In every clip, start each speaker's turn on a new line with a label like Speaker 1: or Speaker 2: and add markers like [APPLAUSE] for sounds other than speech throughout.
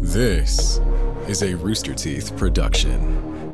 Speaker 1: This is a Rooster Teeth production.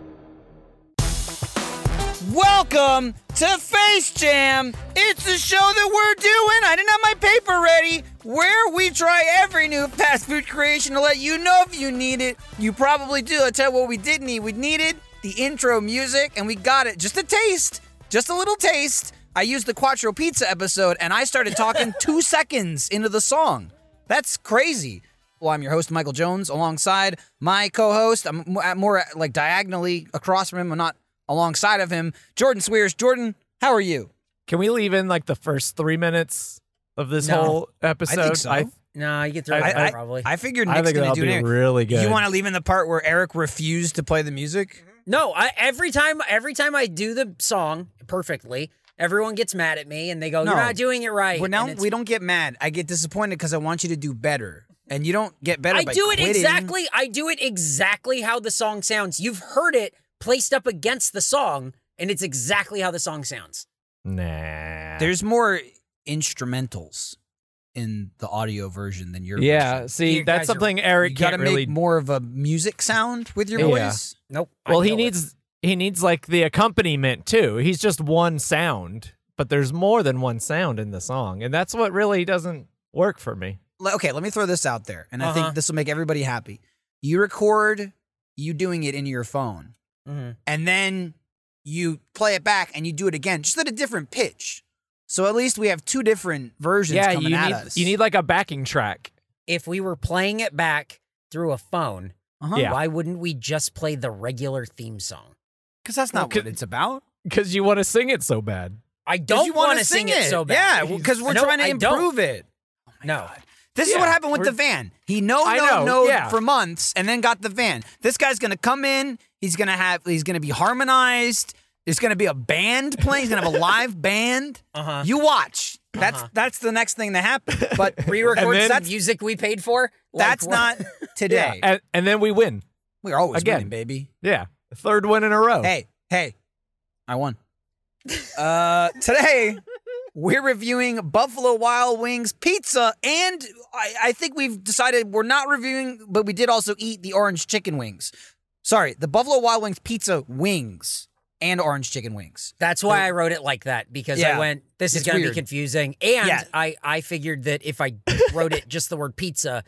Speaker 2: Welcome to Face Jam. It's the show that we're doing. I didn't have my paper ready. Where we try every new fast food creation to let you know if you need it. You probably do. I tell you what we did need. We needed the intro music, and we got it. Just a taste. Just a little taste. I used the Quattro Pizza episode, and I started talking two seconds into the song. That's crazy. Well, I'm your host, Michael Jones, alongside my co-host. I'm mo- at- more at, like diagonally across from him. I'm not alongside of him. Jordan Swears. Jordan, how are you?
Speaker 3: Can we leave in like the first three minutes of this
Speaker 4: No.
Speaker 3: whole episode?
Speaker 2: so.
Speaker 4: No, you get through
Speaker 3: I-
Speaker 4: it
Speaker 3: I-
Speaker 4: now, probably.
Speaker 2: I figured
Speaker 3: I
Speaker 2: Nick's
Speaker 3: think
Speaker 2: gonna
Speaker 3: that'll
Speaker 2: do
Speaker 3: be
Speaker 2: Nick.
Speaker 3: really good.
Speaker 2: You want to leave in the part where Eric refused to play the music?
Speaker 4: no, I, every time, every time I do the song perfectly, everyone gets mad at me and they go,
Speaker 2: No.
Speaker 4: "You're not doing it right."
Speaker 2: Well, now
Speaker 4: And it's-
Speaker 2: we don't get mad. I get disappointed because I want you to do better, and you don't get better.
Speaker 4: I
Speaker 2: by
Speaker 4: do it
Speaker 2: quitting.
Speaker 4: exactly. I do it exactly how the song sounds. You've heard it placed up against the song, and it's exactly how the song sounds.
Speaker 3: Nah.
Speaker 2: There's more instrumentals in the audio version than your
Speaker 3: yeah.
Speaker 2: version.
Speaker 3: See,
Speaker 4: You
Speaker 3: that's
Speaker 4: guys are-
Speaker 3: something
Speaker 2: you
Speaker 3: Eric
Speaker 2: gotta
Speaker 3: can't really.
Speaker 2: make more of a music sound with your
Speaker 3: Yeah.
Speaker 2: voice.
Speaker 4: Nope. I
Speaker 3: well, he
Speaker 4: know it.
Speaker 3: needs he needs like the accompaniment too. He's just one sound, but there's more than one sound in the song, and that's what really doesn't work for me.
Speaker 2: le- okay, let me throw this out there, and I
Speaker 4: Uh-huh.
Speaker 2: think this will make everybody happy. You record you doing it in your phone,
Speaker 4: Mhm.
Speaker 2: and then you play it back and you do it again, just at a different pitch. So at least we have two different versions
Speaker 3: yeah,
Speaker 2: coming
Speaker 3: you
Speaker 2: at
Speaker 3: need
Speaker 2: us.
Speaker 3: you need like a backing track.
Speaker 4: If we were playing it back through a phone,
Speaker 2: uh-huh.
Speaker 3: Yeah.
Speaker 4: why wouldn't we just play the regular theme song?
Speaker 2: because that's
Speaker 3: Well,
Speaker 2: not
Speaker 3: could-
Speaker 2: what it's about.
Speaker 3: Because you want to sing it so bad.
Speaker 4: I
Speaker 2: 'Cause
Speaker 4: don't
Speaker 2: you
Speaker 4: want
Speaker 2: wanna
Speaker 4: to sing, it so
Speaker 2: Yeah,
Speaker 4: bad.
Speaker 2: because we're
Speaker 4: No,
Speaker 2: trying to
Speaker 4: I don't.
Speaker 2: improve it.
Speaker 4: No.
Speaker 2: This is
Speaker 3: Yeah,
Speaker 2: what happened with
Speaker 3: we're-
Speaker 2: the van. He no
Speaker 3: I
Speaker 2: no
Speaker 3: know,
Speaker 2: no
Speaker 3: yeah.
Speaker 2: for months and then got the van. This guy's gonna come in, he's gonna have he's gonna be harmonized, there's gonna be a band playing, he's gonna have a
Speaker 3: [LAUGHS]
Speaker 2: live band.
Speaker 4: Uh-huh.
Speaker 2: You watch. That's that's the next thing to happen.
Speaker 3: [LAUGHS]
Speaker 2: But
Speaker 4: Re-record
Speaker 3: Uh-huh. And then-
Speaker 4: some music we paid for. Like,
Speaker 2: that's
Speaker 4: what-
Speaker 2: not
Speaker 3: [LAUGHS] Yeah.
Speaker 2: today.
Speaker 3: And, and then we win.
Speaker 2: We're always
Speaker 3: Again.
Speaker 2: winning, baby.
Speaker 3: Yeah. Third win in a row.
Speaker 2: Hey, hey, I won. uh, today, we're reviewing Buffalo Wild Wings pizza, and I, I think we've decided we're not reviewing, but we did also eat the orange chicken wings. Sorry, the Buffalo Wild Wings pizza wings and orange chicken wings.
Speaker 4: That's why I wrote it like that because
Speaker 2: Yeah.
Speaker 4: I went, this is
Speaker 2: It's
Speaker 4: going to be
Speaker 2: weird.
Speaker 4: confusing. And
Speaker 2: Yeah.
Speaker 4: I, I figured that if I wrote it just the word pizza,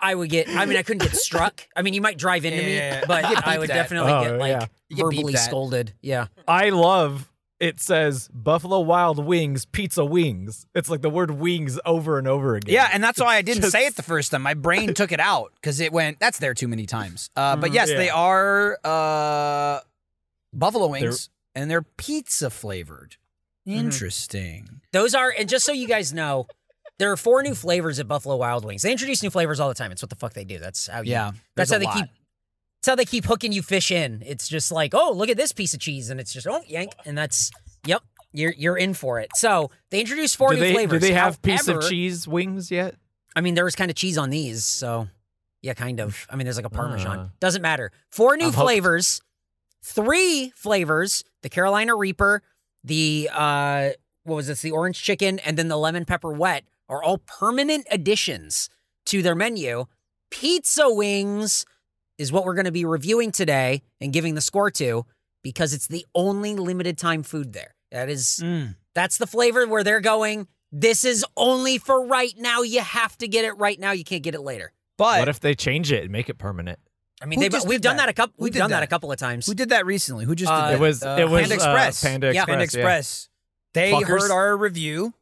Speaker 4: I would get, I mean, I couldn't get struck. I mean, you might drive into
Speaker 2: Yeah.
Speaker 4: me, but
Speaker 2: You get
Speaker 4: I
Speaker 2: beeped
Speaker 4: would
Speaker 2: at.
Speaker 4: definitely
Speaker 3: Oh,
Speaker 4: get like
Speaker 3: yeah.
Speaker 2: You get beeped
Speaker 4: verbally
Speaker 2: at.
Speaker 4: scolded. Yeah.
Speaker 3: I love it says Buffalo Wild Wings Pizza Wings. It's like the word wings over and over again.
Speaker 2: Yeah, and that's why I didn't
Speaker 3: Just-
Speaker 2: say it the first time. My brain took it out because it went, that's there too many times. Uh, but yes,
Speaker 3: Mm-hmm, Yeah.
Speaker 2: they are uh, buffalo wings, and they're pizza flavored.
Speaker 3: Mm-hmm.
Speaker 2: Interesting.
Speaker 4: Those are, and just so you guys know, there are four new flavors at Buffalo Wild Wings. They introduce new flavors all the time. It's what the fuck they do. That's how you,
Speaker 2: Yeah,
Speaker 4: that's
Speaker 2: there's
Speaker 4: how
Speaker 2: a
Speaker 4: they
Speaker 2: lot.
Speaker 4: keep, that's how they keep hooking you fish in. It's just like, oh, look at this piece of cheese. And it's just, oh, yank. And that's, yep. You're, you're in for it. So they introduced four
Speaker 3: do
Speaker 4: new
Speaker 3: they, do
Speaker 4: flavors.
Speaker 3: they have piece of
Speaker 4: However-
Speaker 3: cheese wings yet?
Speaker 4: I mean, there was kind of cheese on these, so yeah, kind of. I mean, there's like a parmesan.
Speaker 3: Uh.
Speaker 4: Doesn't matter. Four new
Speaker 3: I'm hooked.
Speaker 4: flavors, three flavors: the Carolina Reaper, the uh, what was this? The orange chicken, and then the lemon pepper wet are all permanent additions to their menu. Pizza wings is what we're going to be reviewing today and giving the score to because it's the only limited time food there. That is
Speaker 3: Mm.
Speaker 4: that's the flavor where they're going. This is only for right now. You have to get it right now. You can't get it later.
Speaker 2: But
Speaker 3: What if they change it and make it permanent?
Speaker 4: I mean,
Speaker 2: Who
Speaker 4: they've,
Speaker 2: just
Speaker 4: we've
Speaker 2: did
Speaker 4: done
Speaker 2: that?
Speaker 4: that, a couple.
Speaker 2: Who
Speaker 4: We've
Speaker 2: did
Speaker 4: done that?
Speaker 2: that?
Speaker 4: a couple of times.
Speaker 2: who did that recently? Who just
Speaker 4: Uh,
Speaker 2: did that?
Speaker 3: it was
Speaker 2: Uh,
Speaker 3: it was
Speaker 2: Panda
Speaker 3: uh,
Speaker 2: Express.
Speaker 3: Panda
Speaker 4: Yeah,
Speaker 3: Express.
Speaker 2: Panda
Speaker 3: yeah.
Speaker 2: Express. They
Speaker 3: Fuckers.
Speaker 2: heard our review,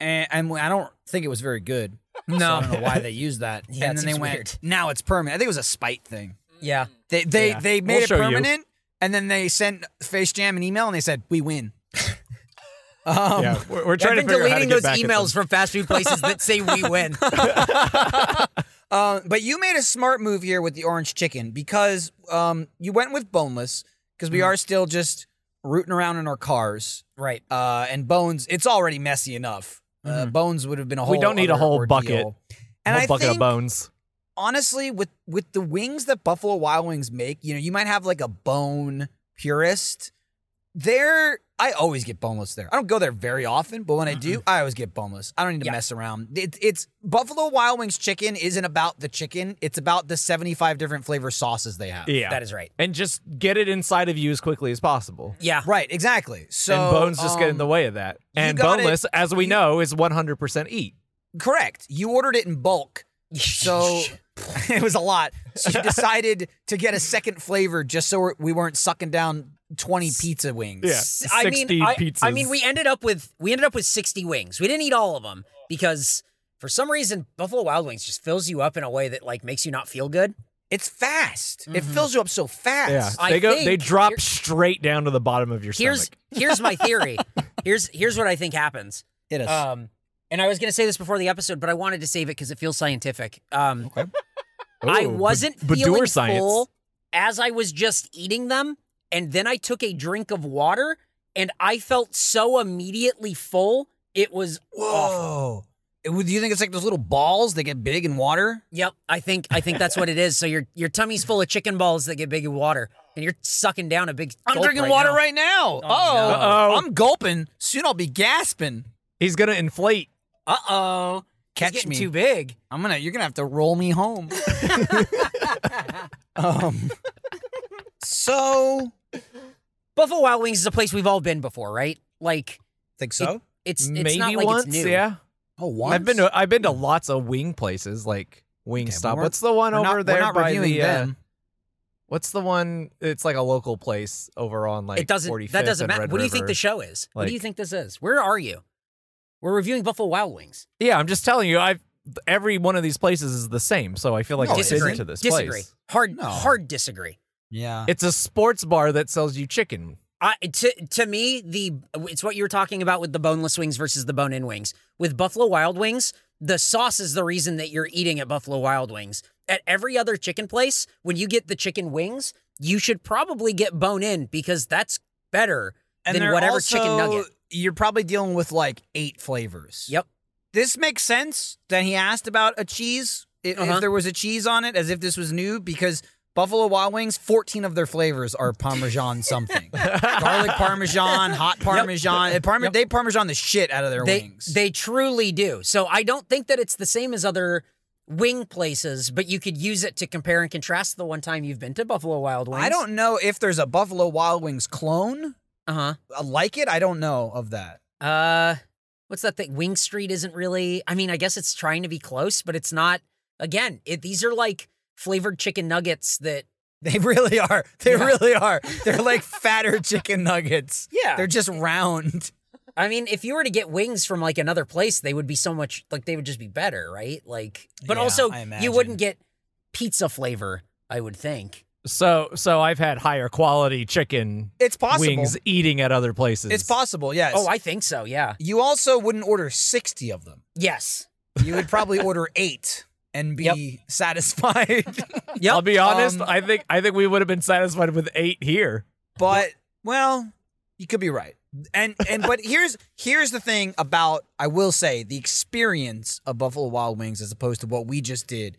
Speaker 2: and, and I don't think it was very
Speaker 4: [LAUGHS]
Speaker 2: good. No, I don't know why they used that.
Speaker 4: Yeah,
Speaker 2: and
Speaker 4: it
Speaker 2: then they
Speaker 4: seems
Speaker 2: went.
Speaker 4: weird.
Speaker 2: Now it's permanent. I think it was a spite thing.
Speaker 4: yeah,
Speaker 2: They they
Speaker 3: Yeah.
Speaker 2: they
Speaker 3: We'll
Speaker 2: made
Speaker 3: show
Speaker 2: it
Speaker 3: you.
Speaker 2: permanent, and then they sent Face Jam an email, and they said we win. [LAUGHS] um,
Speaker 3: Yeah, we're, we're
Speaker 4: I've
Speaker 3: trying
Speaker 4: been
Speaker 3: to figure out how to
Speaker 4: deleting
Speaker 3: get
Speaker 4: those
Speaker 3: back at them.
Speaker 4: emails from fast food places that
Speaker 3: [LAUGHS]
Speaker 4: say we win.
Speaker 2: Uh, but you made a smart move here with the orange chicken because um, you went with boneless because
Speaker 3: Mm-hmm.
Speaker 2: we are still just rooting around in our cars
Speaker 4: right.
Speaker 2: uh, and bones. It's already messy enough. Uh, bones would have been a whole.
Speaker 3: Mm-hmm. We don't need a
Speaker 2: other
Speaker 3: whole
Speaker 2: ordeal.
Speaker 3: bucket.
Speaker 2: And
Speaker 3: Whole
Speaker 2: I
Speaker 3: bucket
Speaker 2: think
Speaker 3: of bones.
Speaker 2: honestly, with with the wings that Buffalo Wild Wings make, you know, you might have like a bone purist, There, I always get boneless there. I don't go there very often, but when I do, I always get boneless. I don't need to
Speaker 4: Yeah.
Speaker 2: mess around. It, it's Buffalo Wild Wings chicken isn't about the chicken. It's about the seventy-five different flavor sauces they have.
Speaker 3: Yeah.
Speaker 4: That is right.
Speaker 3: and just get it inside of you as quickly as possible. [LAUGHS]
Speaker 4: Yeah.
Speaker 2: Right. Exactly. So
Speaker 3: and bones just get in
Speaker 2: um,
Speaker 3: the way of that. And
Speaker 2: gotta-
Speaker 3: boneless, as we
Speaker 2: you-
Speaker 3: know, is 100% eat.
Speaker 2: Correct. You ordered it in bulk,
Speaker 4: [LAUGHS]
Speaker 2: so it was a lot. So you decided to get a second flavor just so we weren't sucking down twenty pizza wings.
Speaker 3: Yeah.
Speaker 4: S- I mean,
Speaker 3: 60
Speaker 4: I, I
Speaker 3: pizzas.
Speaker 4: mean, we ended up with we ended up with sixty wings. We didn't eat all of them because for some reason Buffalo Wild Wings just fills you up in a way that like makes you not feel good.
Speaker 2: It's fast. It fills you up so fast.
Speaker 4: I
Speaker 3: they go. They
Speaker 4: think
Speaker 3: drop
Speaker 4: here-
Speaker 3: straight down to the bottom of your
Speaker 4: Here's
Speaker 3: stomach.
Speaker 4: here's
Speaker 3: [LAUGHS]
Speaker 4: my theory. here's here's what I think happens.
Speaker 2: Hit us.
Speaker 4: Um, and I was gonna say this before the episode, but I wanted to save it because it feels scientific. Um, I
Speaker 3: Ooh, B-
Speaker 4: wasn't
Speaker 3: Badur
Speaker 4: feeling
Speaker 3: science.
Speaker 4: full as I was just eating them, and then I took a drink of water, and I felt so immediately full. It was awful.
Speaker 2: Whoa. It- Do you think it's like those little balls that get big in water?
Speaker 4: Yep, I think I think that's what it is. So your your tummy's full of chicken balls that get big in water, and you're sucking down a big.
Speaker 2: I'm
Speaker 4: gulp
Speaker 2: drinking water
Speaker 4: now.
Speaker 2: right now. Oh,
Speaker 4: no. Uh-oh.
Speaker 2: I'm gulping. Soon I'll be gasping.
Speaker 3: He's gonna inflate.
Speaker 2: Uh oh.
Speaker 4: It's
Speaker 2: Catch
Speaker 4: getting
Speaker 2: me.
Speaker 4: too big.
Speaker 2: [LAUGHS] I'm gonna. You're gonna have to roll me home. um. So
Speaker 4: Buffalo Wild Wings is a place we've all been before, right? Like
Speaker 2: think
Speaker 4: it's it's
Speaker 3: Maybe
Speaker 4: not like
Speaker 3: once.
Speaker 4: it's new.
Speaker 3: Yeah.
Speaker 2: oh, once
Speaker 3: I've been to I've been to lots of wing places like Wingstop.
Speaker 2: we're-
Speaker 3: what's the one
Speaker 2: We're
Speaker 3: over
Speaker 2: not-
Speaker 3: there
Speaker 2: We're not
Speaker 3: by
Speaker 2: reviewing
Speaker 3: the? uh,
Speaker 2: them.
Speaker 3: what's the one? It's like a local place over on like
Speaker 4: it doesn't.
Speaker 3: 45th
Speaker 4: That doesn't
Speaker 3: and
Speaker 4: matter.
Speaker 3: Red
Speaker 4: What do you think
Speaker 3: River.
Speaker 4: the show is? what do you
Speaker 3: Like-
Speaker 4: think this is? Where are you? We're reviewing Buffalo Wild Wings.
Speaker 3: Yeah, I'm just telling you. I've every one of these places is the same, so I feel like
Speaker 2: No,
Speaker 3: I'm
Speaker 2: it
Speaker 3: disagree.
Speaker 2: isn't.
Speaker 3: to this
Speaker 4: Oh, disagree.
Speaker 3: place.
Speaker 4: Hard
Speaker 2: No.
Speaker 4: hard disagree.
Speaker 2: Yeah.
Speaker 3: It's a sports bar that sells you chicken.
Speaker 4: I to to me the it's what you were talking about with the boneless wings versus the bone in wings. With Buffalo Wild Wings, the sauce is the reason that you're eating at Buffalo Wild Wings. At every other chicken place, when you get the chicken wings, you should probably get bone in because that's better than
Speaker 2: they're
Speaker 4: whatever
Speaker 2: also-
Speaker 4: chicken nugget.
Speaker 2: You're probably dealing with like eight flavors.
Speaker 4: Yep.
Speaker 2: This makes sense that he asked about a cheese, i-
Speaker 4: Uh-huh.
Speaker 2: if there was a cheese on it, as if this was new, because Buffalo Wild Wings, 14 of their flavors are Parmesan something. Garlic Parmesan, hot Parmesan. and Parme- They Parmesan the shit out of their
Speaker 4: They
Speaker 2: wings.
Speaker 4: they truly do. So I don't think that it's the same as other wing places, but you could use it to compare and contrast the one time you've been to Buffalo Wild Wings.
Speaker 2: I don't know if there's a Buffalo Wild Wings clone
Speaker 4: uh-huh.
Speaker 2: uh, like it. I don't know of that.
Speaker 4: Uh, what's that thing? Wing Street isn't really. I mean, I guess it's trying to be close, but it's not. Again, it, these are like flavored chicken nuggets that.
Speaker 2: They [LAUGHS] really are. They really are. They're like fatter [LAUGHS] chicken nuggets.
Speaker 4: Yeah.
Speaker 2: They're just round.
Speaker 4: I mean, if you were to get wings from like another place, they would be so much like they would just be better, right? Like, but
Speaker 2: Yeah,
Speaker 4: also
Speaker 2: I
Speaker 4: you
Speaker 2: imagine.
Speaker 4: wouldn't get pizza flavor. I would think.
Speaker 3: So so I've had higher quality chicken
Speaker 2: [LAUGHS] It's possible.
Speaker 3: wings eating at other places.
Speaker 2: It's possible, yes.
Speaker 4: Oh, I think so. Yeah.
Speaker 2: you also wouldn't order 60 of them.
Speaker 4: Yes.
Speaker 2: You would
Speaker 3: [LAUGHS]
Speaker 2: probably order eight and be
Speaker 4: Yep.
Speaker 3: [LAUGHS]
Speaker 2: satisfied.
Speaker 4: Yep.
Speaker 3: I'll be honest.
Speaker 2: um,
Speaker 3: I think I think we would have been satisfied with eight here.
Speaker 2: but well, you could be right. And and but here's here's the thing about I will say the experience of Buffalo Wild Wings as opposed to what we just did.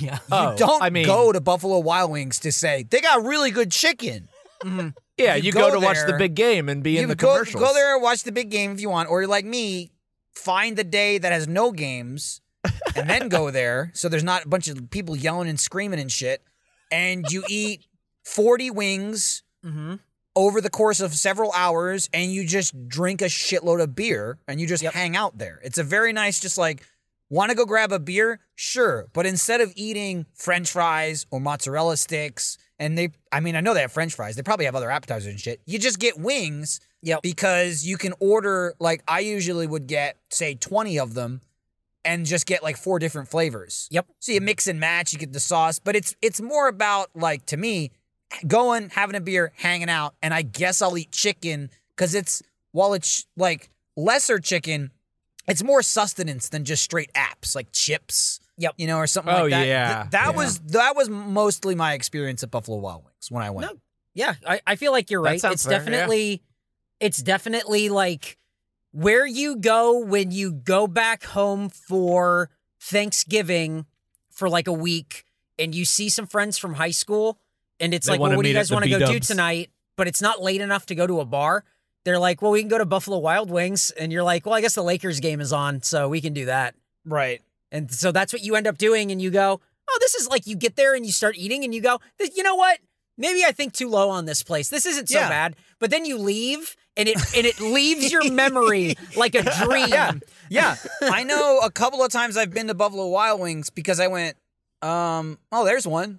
Speaker 4: yeah.
Speaker 3: Oh,
Speaker 2: you don't
Speaker 3: I mean-
Speaker 2: go to Buffalo Wild Wings to say they got really good chicken.
Speaker 3: Mm-hmm. Yeah,
Speaker 2: You
Speaker 3: you, go,
Speaker 2: go
Speaker 3: to watch the
Speaker 2: there,
Speaker 3: big game and be
Speaker 2: you
Speaker 3: in the
Speaker 2: go,
Speaker 3: commercials.
Speaker 2: go there and watch the big game if you want, or you're like me, find the day that has no games and then go
Speaker 3: [LAUGHS]
Speaker 2: there so there's not a bunch of people yelling and screaming and shit. And you eat 40 wings
Speaker 4: Mm-hmm.
Speaker 2: over the course of several hours and you just drink a shitload of beer and you just
Speaker 4: Yep.
Speaker 2: hang out there. It's a very nice, just like, want to go grab a beer? Sure. But instead of eating french fries or mozzarella sticks, and they, I mean, I know they have french fries, they probably have other appetizers and shit. You just get wings
Speaker 4: Yep.
Speaker 2: because you can order like I usually would get say 20 of them and just get like four different flavors.
Speaker 4: Yep.
Speaker 2: So you mix and match, you get the sauce, but it's it's more about like to me going, having a beer, hanging out, and I guess I'll eat chicken cuz it's while it's like lesser chicken, it's more sustenance than just straight apps like chips.
Speaker 4: Yep.
Speaker 2: You know, or something
Speaker 3: Oh,
Speaker 2: like that.
Speaker 3: yeah.
Speaker 2: Th- that
Speaker 3: Yeah.
Speaker 2: was that was mostly my experience at Buffalo Wild Wings when I went.
Speaker 4: No, Yeah, I, I feel like you're
Speaker 3: That
Speaker 4: right.
Speaker 3: sounds
Speaker 4: It's
Speaker 3: fair, yeah.
Speaker 4: definitely it's definitely like where you go when you go back home for Thanksgiving for like a week and you see some friends from high school and it's
Speaker 3: They
Speaker 4: like,
Speaker 3: wanna
Speaker 4: well, what do you
Speaker 3: meet at
Speaker 4: guys
Speaker 3: the
Speaker 4: want to go do
Speaker 3: B-dubs.
Speaker 4: tonight? but it's not late enough to go to a bar, they're like, well, we can go to Buffalo Wild Wings. And you're like, well, I guess the Lakers game is on, so we can do that.
Speaker 2: Right.
Speaker 4: And so that's what you end up doing. And you go, oh, this is like you get there and you start eating and you go, "Th- you know what? Maybe I think too low on this place. This isn't so
Speaker 2: Yeah.
Speaker 4: bad. But then you leave and it and it leaves
Speaker 2: [LAUGHS]
Speaker 4: your memory like a dream.
Speaker 2: Yeah. [LAUGHS] I know a couple of times I've been to Buffalo Wild Wings because I went, um, oh, there's one.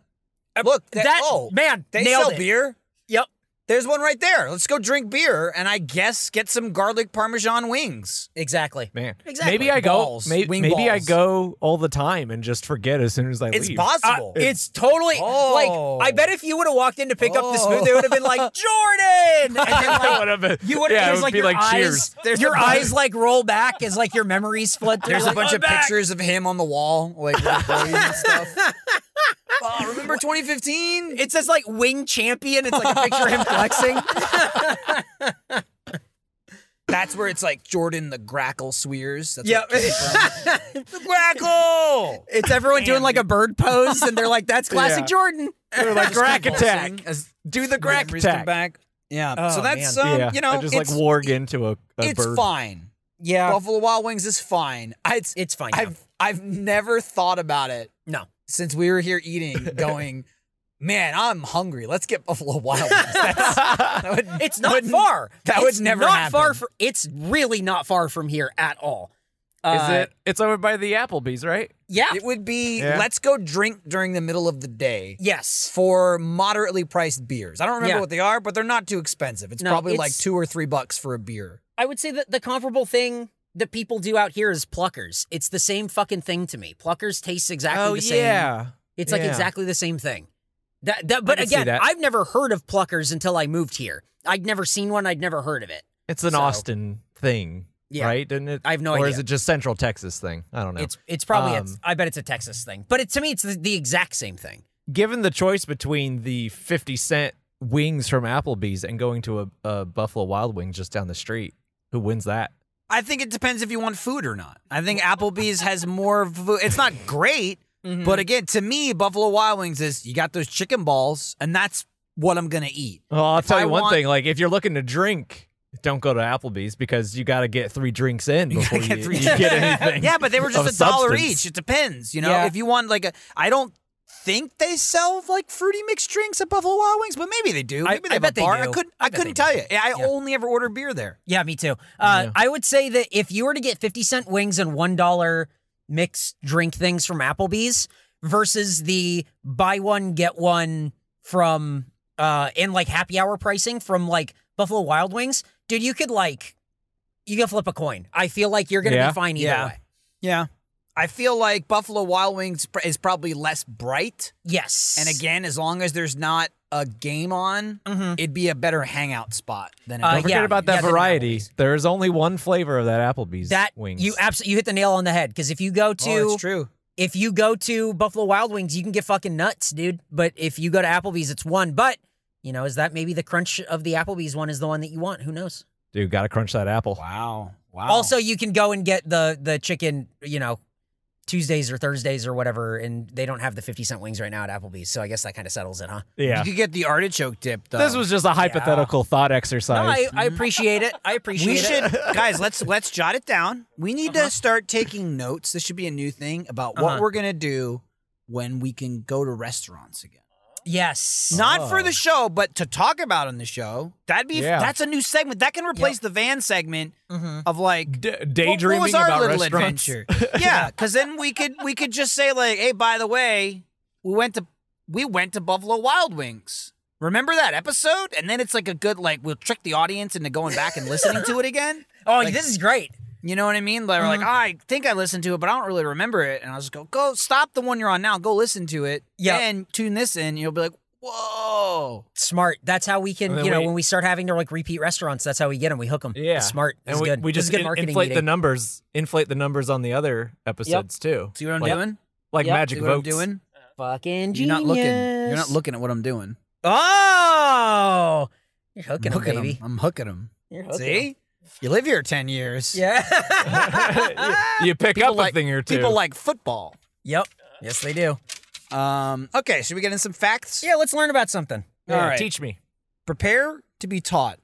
Speaker 2: Look, that,
Speaker 4: that
Speaker 2: oh,
Speaker 4: man
Speaker 2: they
Speaker 4: nailed
Speaker 2: sell
Speaker 4: it.
Speaker 2: beer.
Speaker 4: Yep.
Speaker 2: There's one right there. Let's go drink beer and I guess get some garlic parmesan wings.
Speaker 4: Exactly.
Speaker 3: Man,
Speaker 4: Exactly.
Speaker 3: maybe I go.
Speaker 2: Balls.
Speaker 3: may-
Speaker 2: Wing
Speaker 3: maybe I
Speaker 2: balls.
Speaker 3: go all the time and just forget as soon as I
Speaker 2: It's
Speaker 3: leave.
Speaker 2: possible.
Speaker 3: [LAUGHS]
Speaker 4: Uh, it's totally
Speaker 2: Oh.
Speaker 4: like I bet if you would have walked in to pick up this
Speaker 2: Oh.
Speaker 4: food, they would have been like
Speaker 2: [LAUGHS]
Speaker 4: Jordan, and then
Speaker 3: That
Speaker 4: like
Speaker 3: would've been-
Speaker 4: you would
Speaker 3: yeah, it
Speaker 4: there's
Speaker 3: would
Speaker 4: like
Speaker 3: be
Speaker 4: your
Speaker 3: like
Speaker 4: eyes,
Speaker 3: cheers.
Speaker 2: There's
Speaker 4: your
Speaker 2: a bunch-
Speaker 4: eyes like roll back as like your memories flood through.
Speaker 2: There's a
Speaker 4: like,
Speaker 2: bunch
Speaker 4: "I'm
Speaker 2: of
Speaker 4: back."
Speaker 2: pictures of him on the wall, like with Bowie and
Speaker 4: [LAUGHS]
Speaker 2: stuff. Oh, remember 2015?
Speaker 4: It says like wing champion. It's like a picture of him flexing.
Speaker 2: That's where it's like Jordan the Grackle Swears. That's
Speaker 4: Yeah.
Speaker 2: where it came from. the Grackle.
Speaker 4: It's everyone doing like a bird pose, and they're
Speaker 2: [LAUGHS]
Speaker 4: like, "That's classic
Speaker 3: Yeah.
Speaker 4: Jordan."
Speaker 3: They're
Speaker 4: [LAUGHS]
Speaker 3: like crack
Speaker 2: Convulsing
Speaker 3: attack.
Speaker 2: As
Speaker 3: Do the
Speaker 2: crack
Speaker 3: crack attack.
Speaker 2: back. Yeah.
Speaker 4: Oh,
Speaker 2: so that's
Speaker 4: man.
Speaker 2: um,
Speaker 3: yeah,
Speaker 2: you know,
Speaker 3: I just like
Speaker 2: it's-
Speaker 3: warg into a, a
Speaker 2: it's
Speaker 3: bird.
Speaker 2: fine.
Speaker 4: [LAUGHS] Yeah,
Speaker 2: Buffalo Wild Wings is fine. I, it's
Speaker 4: it's fine. yeah.
Speaker 2: [LAUGHS] I've I've never thought about it
Speaker 4: No,
Speaker 2: since we were here [LAUGHS] eating, going, man, I'm hungry. Let's get Buffalo Wild Wings. [LAUGHS] That's, that would,
Speaker 4: it's not
Speaker 2: wouldn't-
Speaker 4: far.
Speaker 2: that would
Speaker 4: It's
Speaker 2: never
Speaker 4: not
Speaker 2: happen.
Speaker 4: far. For, it's really not far from here at all.
Speaker 3: Is it?
Speaker 4: Uh,
Speaker 3: It's over by the Applebee's, right?
Speaker 4: Yeah.
Speaker 2: It would be
Speaker 3: Yeah.
Speaker 2: let's go drink during the middle of the day
Speaker 4: yes.
Speaker 2: for moderately priced beers. I don't remember
Speaker 4: Yeah.
Speaker 2: what they are, but they're not too expensive. It's
Speaker 4: No,
Speaker 2: probably like
Speaker 4: it's-
Speaker 2: two or three bucks for a beer.
Speaker 4: I would say that the comparable thing that people do out here is pluckers. It's the same fucking thing to me. Pluckers tastes exactly
Speaker 3: oh
Speaker 4: the same.
Speaker 3: yeah.
Speaker 4: It's like
Speaker 3: Yeah.
Speaker 4: exactly the same thing. That, that but
Speaker 3: can see
Speaker 4: again,
Speaker 3: that.
Speaker 4: I've never heard of pluckers until I moved here. I'd never seen one, I'd never heard of it.
Speaker 3: It's an
Speaker 4: So-
Speaker 3: Austin thing,
Speaker 4: Yeah.
Speaker 3: right? Didn't it?
Speaker 4: I have no
Speaker 3: or is
Speaker 4: idea.
Speaker 3: it just Central Texas thing? I don't know.
Speaker 4: It's it's probably
Speaker 3: Um,
Speaker 4: it's, I bet it's a Texas thing. But it, to me it's the, the exact same thing.
Speaker 3: given the choice between the 50 cent wings from Applebee's and going to a, a Buffalo Wild Wing just down the street, who wins that?
Speaker 2: I think it depends if you want food or not. I think Applebee's has more food. It's not great, but again, to me, Buffalo Wild Wings is you got those chicken balls, and that's what I'm gonna eat.
Speaker 3: Well, I'll
Speaker 2: If
Speaker 3: tell
Speaker 2: I
Speaker 3: you one
Speaker 2: want-
Speaker 3: thing. Like, if you're looking to drink, don't go to Applebee's because you got to get three drinks in
Speaker 2: [LAUGHS]
Speaker 3: before [LAUGHS] you,
Speaker 2: three-
Speaker 3: you get anything.
Speaker 2: Yeah, but they were
Speaker 3: of
Speaker 2: just a dollar
Speaker 3: substance.
Speaker 2: each. It depends, you know.
Speaker 4: Yeah.
Speaker 2: If you want like a, I don't think they sell like fruity mixed drinks at Buffalo Wild Wings, but maybe they do.
Speaker 4: I-
Speaker 2: Maybe they
Speaker 4: I
Speaker 2: have
Speaker 4: bet
Speaker 2: a
Speaker 4: they
Speaker 2: bar. I
Speaker 4: do.
Speaker 2: couldn't,
Speaker 4: I
Speaker 2: I,
Speaker 4: bet
Speaker 2: couldn't
Speaker 4: they
Speaker 2: tell you. I only ever ordered beer there.
Speaker 4: Yeah, me too. Uh,
Speaker 3: Yeah.
Speaker 4: I would say that if you were to get 50 cent wings and $1 mixed drink things from Applebee's versus the buy one, get one from, uh, in like happy hour pricing from like Buffalo Wild Wings, dude, you could like, you can flip a coin. I feel like you're going to
Speaker 3: Yeah.
Speaker 4: be fine either
Speaker 2: Yeah.
Speaker 4: way.
Speaker 2: Yeah. I feel like Buffalo Wild Wings pr- is probably less bright.
Speaker 4: Yes.
Speaker 2: And again, as long as there's not a game on,
Speaker 4: Mhm.
Speaker 2: it'd be a better hangout spot than a
Speaker 4: Uh,
Speaker 3: Don't
Speaker 2: Buffalo
Speaker 3: forget
Speaker 4: yeah,
Speaker 3: about
Speaker 4: yeah,
Speaker 3: that
Speaker 4: they're not
Speaker 3: variety.
Speaker 4: Applebee's.
Speaker 3: There is only one flavor of that Applebee's
Speaker 4: that
Speaker 3: wings.
Speaker 4: you absolutely, you hit the nail on the head. Cause if you go to,
Speaker 2: Oh, that's true.
Speaker 4: if you go to Buffalo Wild Wings, you can get fucking nuts, dude. But if you go to Applebee's, it's one. But you know, is that maybe the crunch of the Applebee's one is the one that you want? Who knows?
Speaker 3: dude got to crunch that apple.
Speaker 2: Wow. Wow.
Speaker 4: Also, you can go and get the the chicken, you know, Tuesdays or Thursdays or whatever, and they don't have the fifty cent wings right now at Applebee's. So I guess that kind of settles it, huh?
Speaker 3: Yeah.
Speaker 2: you could get the artichoke dip though.
Speaker 3: This was just a hypothetical thought exercise.
Speaker 4: No, I, I appreciate it. I appreciate
Speaker 2: we
Speaker 4: it.
Speaker 2: should
Speaker 3: [LAUGHS]
Speaker 2: guys let's let's jot it down we need
Speaker 3: Uh-huh.
Speaker 2: to start taking notes this should be a new thing about what
Speaker 4: Uh-huh.
Speaker 2: we're gonna do when we can go to restaurants again
Speaker 4: Yes.
Speaker 2: not for the show but to talk about on the show that'd be
Speaker 3: Oh. Yeah.
Speaker 2: that's a new segment that can replace the van segment
Speaker 4: Mm-hmm.
Speaker 2: of like
Speaker 3: D-
Speaker 2: what-
Speaker 3: daydreaming
Speaker 2: what was our
Speaker 3: about
Speaker 2: little
Speaker 3: restaurants.
Speaker 2: adventure
Speaker 3: [LAUGHS]
Speaker 2: yeah because then we could we could just say like hey by the way we went to we went to buffalo wild wings remember that episode and then it's like a good like we'll trick the audience into going back and listening to it again
Speaker 4: Oh,
Speaker 2: Like-
Speaker 4: this is great.
Speaker 2: you know what I mean? They're
Speaker 4: Mm-hmm.
Speaker 2: like, "Ah, I think I listened to it, but I don't really remember it. And I was go, go stop the one you're on now, go listen to it,
Speaker 4: Yeah.
Speaker 2: and tune this in. You'll be like, whoa,
Speaker 4: Smart. That's how we can,
Speaker 3: And then
Speaker 4: you know,
Speaker 3: we-
Speaker 4: when we start having to like repeat restaurants, that's how we get them. We hook them.
Speaker 3: Yeah.
Speaker 4: Smart. That's
Speaker 3: and we,
Speaker 4: good.
Speaker 3: we
Speaker 4: This is
Speaker 3: just
Speaker 4: good
Speaker 3: in-
Speaker 4: marketing
Speaker 3: inflate the
Speaker 4: meeting.
Speaker 3: numbers, inflate the numbers on the other episodes too.
Speaker 2: see what I'm
Speaker 3: like,
Speaker 2: doing?
Speaker 3: Like
Speaker 2: Yep.
Speaker 3: magic
Speaker 2: see what
Speaker 3: votes.
Speaker 2: I'm doing?
Speaker 4: Fucking
Speaker 2: You're not looking. You're
Speaker 4: genius.
Speaker 2: not looking at what I'm doing.
Speaker 4: Oh, you're hooking
Speaker 2: I'm
Speaker 4: him,
Speaker 2: hooking 'em.
Speaker 4: baby.
Speaker 2: I'm hooking them.
Speaker 4: You're hooking
Speaker 2: see, you live here ten years.
Speaker 4: [LAUGHS]
Speaker 2: [LAUGHS]
Speaker 4: Yeah.
Speaker 3: [LAUGHS] you, you pick
Speaker 2: People
Speaker 3: up
Speaker 2: like-
Speaker 3: a thing or two.
Speaker 2: People like football.
Speaker 4: yep. Yes, they do.
Speaker 2: Um, okay, should we get in some facts?
Speaker 4: Yeah, let's learn about something.
Speaker 3: Yeah,
Speaker 2: All right.
Speaker 3: Teach me.
Speaker 2: Prepare to be taught.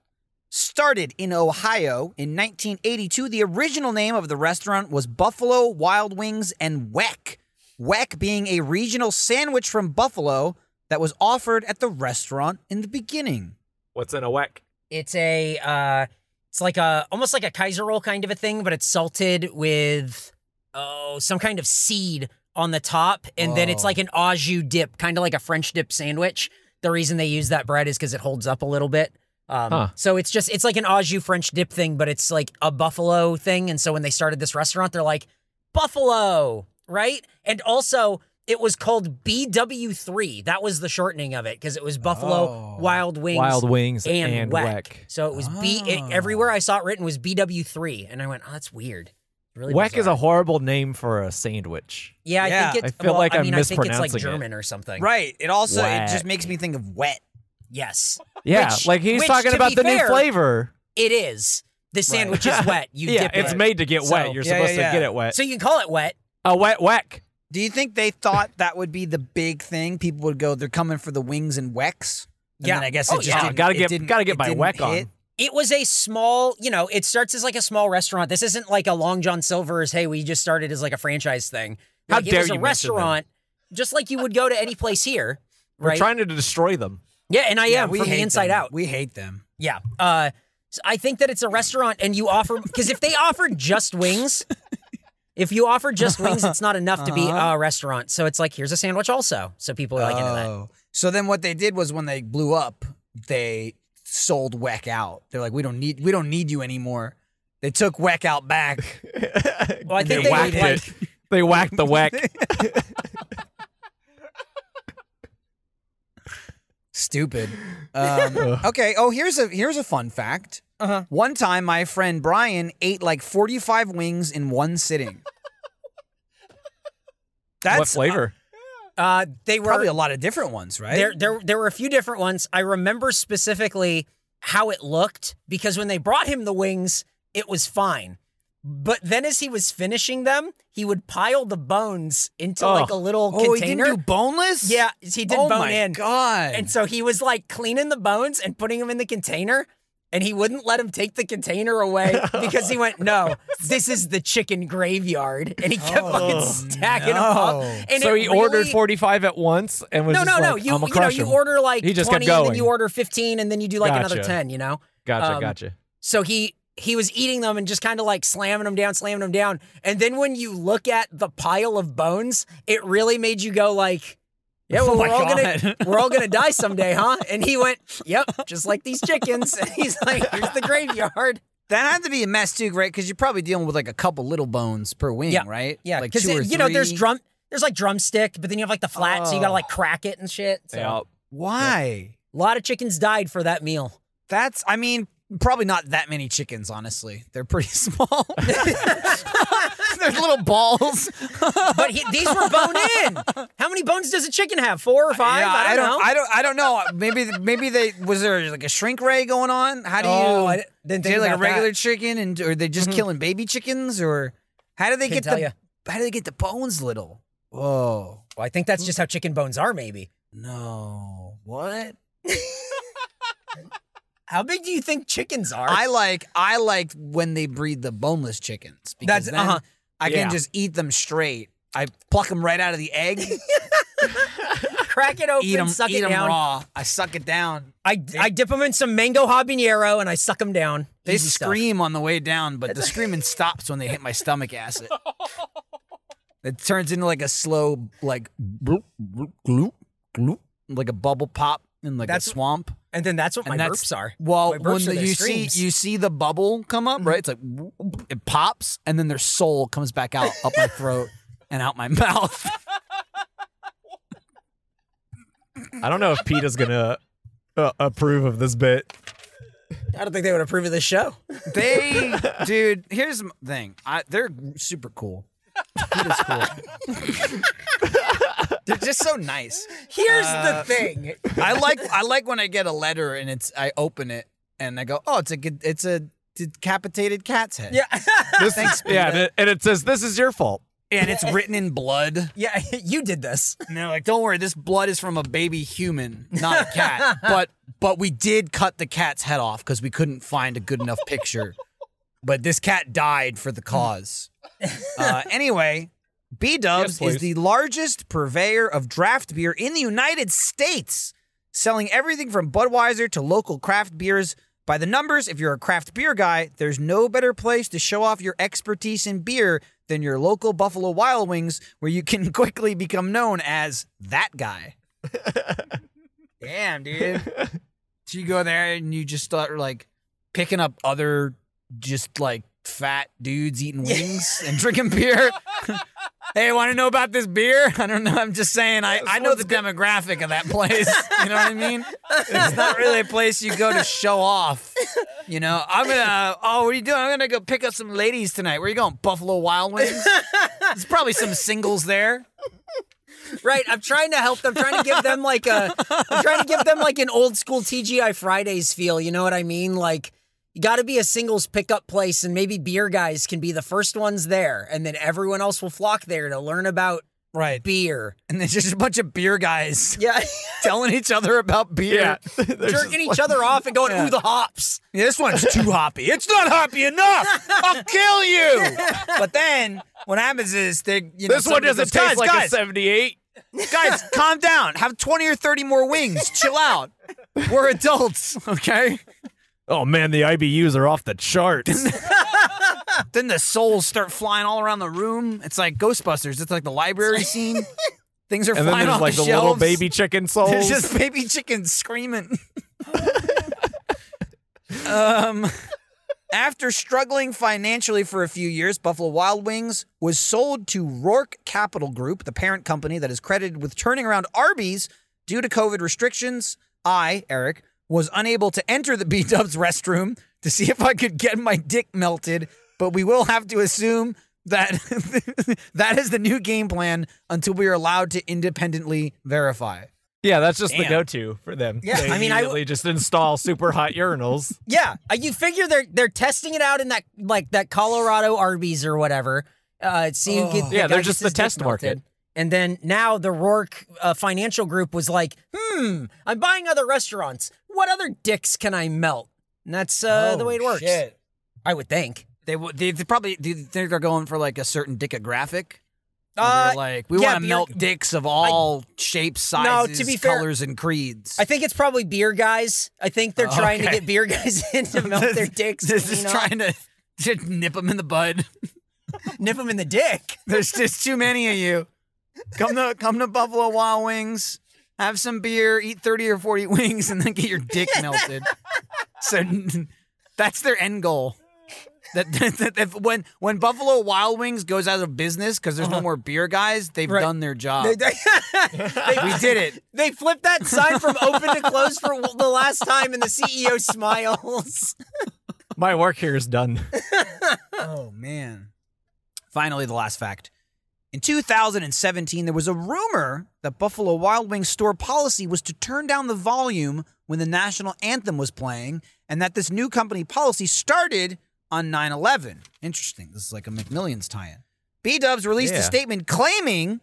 Speaker 2: Started in Ohio in 1982, the original name of the restaurant was Buffalo Wild Wings and Weck. Weck being a regional sandwich from Buffalo that was offered at the restaurant in the beginning.
Speaker 3: What's in a weck?
Speaker 4: It's a uh it's like a almost like a Kaiser roll kind of a thing, but it's salted with oh, some kind of seed on the top and then it's
Speaker 2: Whoa.
Speaker 4: like an au jus dip, kind of like a French dip sandwich. The reason they use that bread is cuz it holds up a little bit. Um,
Speaker 3: Huh.
Speaker 4: So it's just it's like an au jus French dip thing, but it's like a buffalo thing. And so when they started this restaurant, they're like buffalo, right? And also it was called BW3. That was the shortening of it because it was Buffalo
Speaker 2: Oh.
Speaker 4: Wild Wings
Speaker 3: Wild wings
Speaker 4: and,
Speaker 3: and, Ah.
Speaker 4: weck.
Speaker 3: weck.
Speaker 4: So it was B. It,
Speaker 2: Oh.
Speaker 4: everywhere I saw it written was BW3, and I went, "Oh, that's weird." Really,
Speaker 3: Weck is
Speaker 4: bizarre.
Speaker 3: a horrible name for a sandwich.
Speaker 4: yeah. I
Speaker 2: Yeah.
Speaker 4: think it,
Speaker 3: I feel
Speaker 4: well,
Speaker 3: like
Speaker 4: I
Speaker 3: I'm
Speaker 4: mean, I think it's like
Speaker 3: mispronouncing it.
Speaker 4: German or something.
Speaker 2: Right. It also it
Speaker 3: Weck.
Speaker 2: just makes me think of wet.
Speaker 4: Yes,
Speaker 3: Yeah,
Speaker 4: Which-
Speaker 3: like he's
Speaker 4: which,
Speaker 3: talking
Speaker 4: to
Speaker 3: about
Speaker 4: be
Speaker 3: the new
Speaker 4: fair,
Speaker 3: flavor.
Speaker 4: it is. The sandwich is wet.
Speaker 3: [LAUGHS]
Speaker 4: You
Speaker 3: yeah,
Speaker 4: dip
Speaker 3: it's
Speaker 4: it.
Speaker 3: made to get
Speaker 4: So-
Speaker 3: wet. You're
Speaker 2: Yeah,
Speaker 3: supposed
Speaker 2: yeah,
Speaker 3: to get
Speaker 2: yeah.
Speaker 3: it wet.
Speaker 4: so you can call it wet.
Speaker 3: a wet weck.
Speaker 2: Do you think they thought [LAUGHS] that would be the big thing? People would go, they're coming for the wings and Wex. And
Speaker 4: Yeah.
Speaker 2: then I guess it
Speaker 4: Oh,
Speaker 2: just
Speaker 4: yeah.
Speaker 2: didn't,
Speaker 3: Gotta
Speaker 2: it
Speaker 3: get-
Speaker 2: didn't-
Speaker 3: gotta get
Speaker 2: it
Speaker 3: my
Speaker 2: didn't
Speaker 3: Weck on.
Speaker 2: hit.
Speaker 4: It was a small, you know, it starts as like a small restaurant. This isn't like a Long John Silver's. Hey, we just started as like a franchise thing.
Speaker 3: How
Speaker 4: Like, it
Speaker 3: dare
Speaker 4: was a
Speaker 3: you mention them.
Speaker 4: restaurant, just like you would go to any place here,
Speaker 3: We're
Speaker 4: right?
Speaker 3: trying to destroy them.
Speaker 4: yeah, and I
Speaker 2: Yeah,
Speaker 4: am
Speaker 2: we
Speaker 4: from the
Speaker 2: hate
Speaker 4: inside
Speaker 2: them.
Speaker 4: out.
Speaker 2: We hate them.
Speaker 4: Yeah. Uh, so I think that it's a restaurant and you offer, because if they offered just wings, if you offer just wings, it's not enough to be
Speaker 2: Uh-huh.
Speaker 4: a restaurant. So it's like, here's a sandwich also. So people are like into that.
Speaker 2: Oh. So then what they did was when they blew up, they sold Weck out. They're like, we don't need we don't need you anymore. They took Weck out back. [LAUGHS]
Speaker 4: Well, I
Speaker 2: They
Speaker 4: think they,
Speaker 2: whacked
Speaker 4: would like,
Speaker 3: it. They whacked the weck.
Speaker 2: Stupid.
Speaker 4: [LAUGHS]
Speaker 2: Um, okay. Oh, here's a here's a fun fact.
Speaker 4: Uh-huh.
Speaker 2: One time, my friend Brian ate like 45 wings in one sitting. [LAUGHS] That's
Speaker 3: what flavor?
Speaker 4: uh, they
Speaker 2: probably
Speaker 4: were,
Speaker 2: a lot of different ones, right?
Speaker 4: there, there, there were a few different ones. I remember specifically how it looked because when they brought him the wings, it was fine. But then as he was finishing them, he would pile the bones into
Speaker 3: Oh.
Speaker 4: like a little
Speaker 2: oh, he
Speaker 4: container.
Speaker 2: didn't do boneless.
Speaker 4: yeah, he did
Speaker 2: oh
Speaker 4: bone
Speaker 2: my
Speaker 4: in.
Speaker 2: god.
Speaker 4: And so he was like cleaning the bones and putting them in the container. And he wouldn't let him take the container away
Speaker 3: [LAUGHS]
Speaker 4: because he went, No, this is the chicken graveyard. And he kept fucking stacking them
Speaker 2: no.
Speaker 4: up. And
Speaker 3: Oh, so
Speaker 4: it
Speaker 3: he ordered
Speaker 4: really-
Speaker 3: 45 at once and was
Speaker 4: No, no,
Speaker 3: just
Speaker 4: no.
Speaker 3: like,
Speaker 4: You,
Speaker 3: "I'ma
Speaker 4: you know,
Speaker 3: crush
Speaker 4: you
Speaker 3: 'em."
Speaker 4: order like
Speaker 3: He just kept
Speaker 4: 20 and then
Speaker 3: going.
Speaker 4: you order 15 and then you do like another
Speaker 3: Gotcha.
Speaker 4: 10, you know?
Speaker 3: Gotcha,
Speaker 4: um,
Speaker 3: gotcha.
Speaker 4: So he he was eating them and just kind of like slamming them down, slamming them down. And then when you look at the pile of bones, it really made you go like, [LAUGHS] "Yeah, well,
Speaker 2: Oh my
Speaker 4: we're all gonna
Speaker 2: God.
Speaker 4: we're all gonna die someday, huh?" [LAUGHS] And he went, "Yep, just like these chickens." And he's like, "Here's the graveyard."
Speaker 2: that had to be a mess too, right? Because you're probably dealing with like a couple little bones per wing,
Speaker 4: Yeah.
Speaker 2: right?
Speaker 4: Yeah,
Speaker 2: like
Speaker 4: because
Speaker 2: two or
Speaker 4: you know there's
Speaker 2: three.
Speaker 4: drum there's like drumstick, but then you have like the flat, so you gotta
Speaker 3: Oh.
Speaker 4: like crack it and shit. So
Speaker 3: Yeah.
Speaker 2: Why?
Speaker 4: a lot of chickens died for that meal.
Speaker 2: That's, I mean, probably not that many chickens, honestly. They're pretty [LAUGHS] small. There's little balls.
Speaker 4: But he, these were bone in. [LAUGHS] How many bones does a chicken have? Four or five?
Speaker 2: Yeah,
Speaker 4: I, don't know.
Speaker 2: I don't. I don't know. Maybe, maybe they was there like a shrink ray going on. How do you?
Speaker 4: Oh, I didn't
Speaker 2: do
Speaker 4: think
Speaker 2: you like a
Speaker 4: about that.
Speaker 2: regular chicken, and or they just killing baby chickens, or how do they
Speaker 4: Couldn't
Speaker 2: get the?
Speaker 4: tell
Speaker 2: How do they get the bones little? Whoa,
Speaker 4: well, I think that's just how chicken bones are, maybe.
Speaker 2: no, what?
Speaker 4: How big do you think chickens are? [LAUGHS]
Speaker 2: I like I like when they breed the boneless chickens because
Speaker 4: That's-
Speaker 2: then
Speaker 4: uh-huh.
Speaker 2: I
Speaker 3: Yeah.
Speaker 2: can just eat them straight. I pluck them right out of the
Speaker 4: [LAUGHS]
Speaker 2: egg,
Speaker 4: crack it open,
Speaker 2: eat them,
Speaker 4: suck
Speaker 2: eat
Speaker 4: it
Speaker 2: them
Speaker 4: down.
Speaker 2: raw. I suck it down.
Speaker 4: I, I dip them in some mango habanero and I suck them down.
Speaker 2: They
Speaker 4: Easy stuff.
Speaker 2: scream on the way down, but the
Speaker 4: [LAUGHS]
Speaker 2: screaming stops when they hit my stomach acid. It turns into like a slow, like bloop, bloop, gloop, gloop, like a bubble pop in like
Speaker 4: That's-
Speaker 2: a swamp.
Speaker 4: and then that's what my
Speaker 2: And that's-
Speaker 4: burps are.
Speaker 2: Well,
Speaker 4: my burps
Speaker 2: when
Speaker 4: are
Speaker 2: the,
Speaker 4: their
Speaker 2: you
Speaker 4: screams. Mm-hmm.
Speaker 2: see you see the bubble come up, right? It's like whoop, whoop, it pops, and then their soul comes back out up my throat
Speaker 4: [LAUGHS]
Speaker 2: and out my mouth.
Speaker 3: I don't know if Pete is going to uh, approve of this
Speaker 4: [LAUGHS]
Speaker 3: bit.
Speaker 4: I don't think they would approve of this show.
Speaker 2: They, dude. Here's the thing. I, they're super cool. Pete is cool.
Speaker 4: [LAUGHS]
Speaker 2: they're just so nice.
Speaker 4: [LAUGHS] Here's
Speaker 2: Uh,
Speaker 4: the thing.
Speaker 2: I like I like when I get a letter and it's I open it and I go, oh, it's a good, it's a decapitated cat's head.
Speaker 4: Yeah.
Speaker 3: This
Speaker 2: Thanks,
Speaker 3: yeah,
Speaker 2: Peter.
Speaker 3: and it, and it says this is your fault.
Speaker 2: and it's written in blood.
Speaker 4: [LAUGHS] Yeah, [LAUGHS] you did this.
Speaker 2: And they're like, "Don't worry, this blood is from a baby human, not a cat." but but we did cut the cat's head off because we couldn't find a good enough picture. But this cat died for the cause. Uh, anyway, B Dubs
Speaker 3: Yes,
Speaker 2: is the largest purveyor of draft beer in the United States, selling everything from Budweiser to local craft beers. By the numbers, if you're a craft beer guy, there's no better place to show off your expertise in beer than your local Buffalo Wild Wings, where you can [LAUGHS] quickly become known as that guy. Damn, dude. So you go there and you just start like picking up other just like fat dudes eating wings and drinking beer. hey, want to know about this beer? I don't know. I'm just saying. I, I know the demographic of that place. You know what I mean? It's not really a place you go to show off. You know, I'm gonna. Oh, what are you doing? I'm gonna go pick up some ladies tonight. Where you going? Buffalo Wild Wings. There's probably some singles there.
Speaker 4: Right. I'm trying to help them, trying to give them like a I'm trying to give them like an old school TGI Fridays feel, you know what I mean? Like you gotta be a [LAUGHS] singles pickup place and maybe beer guys can be the first ones there and then everyone else will flock there to learn about
Speaker 2: Right.
Speaker 4: beer.
Speaker 2: And there's just a bunch of beer guys [LAUGHS]
Speaker 4: Yeah.
Speaker 2: telling each other about beer. [LAUGHS]
Speaker 3: Yeah. There's just-
Speaker 4: Jerking each other off and going, ooh, the hops.
Speaker 2: Yeah, this one's too hoppy. It's not hoppy enough. I'll kill
Speaker 4: [LAUGHS]
Speaker 2: you. But then what happens is they you know
Speaker 3: this one
Speaker 2: somebody
Speaker 3: doesn't
Speaker 2: goes,
Speaker 3: taste
Speaker 2: guys,
Speaker 3: like a
Speaker 2: guys,
Speaker 3: 78. [LAUGHS]
Speaker 2: guys, calm down. Have 20 or 30 more wings. Chill out. We're adults, okay?
Speaker 3: Oh man, the IBUs are off the
Speaker 4: [LAUGHS]
Speaker 3: charts.
Speaker 2: Then the souls start flying all around the room. It's like Ghostbusters. It's like the
Speaker 3: [LAUGHS]
Speaker 2: library scene. Things are
Speaker 3: and then
Speaker 2: flying
Speaker 3: there's
Speaker 2: off
Speaker 3: like
Speaker 2: the,
Speaker 3: the, little
Speaker 2: shelves.
Speaker 3: baby chicken
Speaker 2: There's
Speaker 3: souls.
Speaker 2: just baby chickens screaming. um, after struggling financially for a few years, Buffalo Wild Wings was sold to Rourke Capital Group, the parent company that is credited with turning around Arby's due to COVID restrictions. I, Eric, was unable to enter the B Dubs restroom to see if I could get my dick melted, but we will have to assume that [LAUGHS] that is the new game plan until we are allowed to independently verify.
Speaker 3: yeah, that's just the
Speaker 2: Damn.
Speaker 3: go-to for them.
Speaker 4: Yeah,
Speaker 3: They
Speaker 4: I mean, I-
Speaker 3: immediately just install super hot urinals.
Speaker 4: Yeah, uh, you figure they're they're testing it out in that like that Colorado Arby's or whatever. Uh, see, who
Speaker 2: Oh.
Speaker 4: get-
Speaker 3: Yeah,
Speaker 4: guy
Speaker 3: they're
Speaker 4: gets
Speaker 3: just the
Speaker 4: his dick
Speaker 3: test market.
Speaker 4: melted. And then now the Rourke uh, Financial Group was like, hmm, I'm buying other restaurants. What other dicks can I melt? And that's uh,
Speaker 2: Oh,
Speaker 4: the way it works. I would think.
Speaker 2: They, w- they they probably they think they're going for like a certain dickographic. Where
Speaker 4: Uh,
Speaker 2: they're like we
Speaker 4: yeah,
Speaker 2: want
Speaker 4: but
Speaker 2: to
Speaker 4: you're-
Speaker 2: melt dicks of all shapes,
Speaker 4: No, to
Speaker 2: sizes,
Speaker 4: be fair-
Speaker 2: colors, and creeds.
Speaker 4: I think it's probably beer guys. I think they're trying to
Speaker 2: Oh, Okay.
Speaker 4: get beer guys [LAUGHS]
Speaker 2: [LAUGHS]
Speaker 4: in to melt their dicks.
Speaker 2: They're
Speaker 4: you
Speaker 2: just
Speaker 4: know?
Speaker 2: trying to [LAUGHS] just nip them in the bud.
Speaker 4: nip them in the dick.
Speaker 2: [LAUGHS] There's just too many of you. Come to come to Buffalo Wild Wings, have some beer, eat thirty or forty [LAUGHS] wings, and then get your
Speaker 4: [LAUGHS]
Speaker 2: dick melted. So that's their end goal. That, [LAUGHS] that, that- if- when when Buffalo Wild Wings goes out of business because there's no more beer guys, they've
Speaker 4: Uh-huh. Right.
Speaker 2: done their job.
Speaker 4: They- they-
Speaker 2: we did it.
Speaker 4: They flipped that sign from open to close for the last time, and the CEO smiles.
Speaker 3: My work here is
Speaker 4: [LAUGHS]
Speaker 3: done.
Speaker 2: Oh man. Finally, the last fact. In 2017, there was a rumor that Buffalo Wild Wings store policy was to turn down the volume when the national anthem was playing, and that this new company policy started on 9 11. Interesting. This is like a McMillions tie in. B Dubs released a
Speaker 3: Yeah.
Speaker 2: statement claiming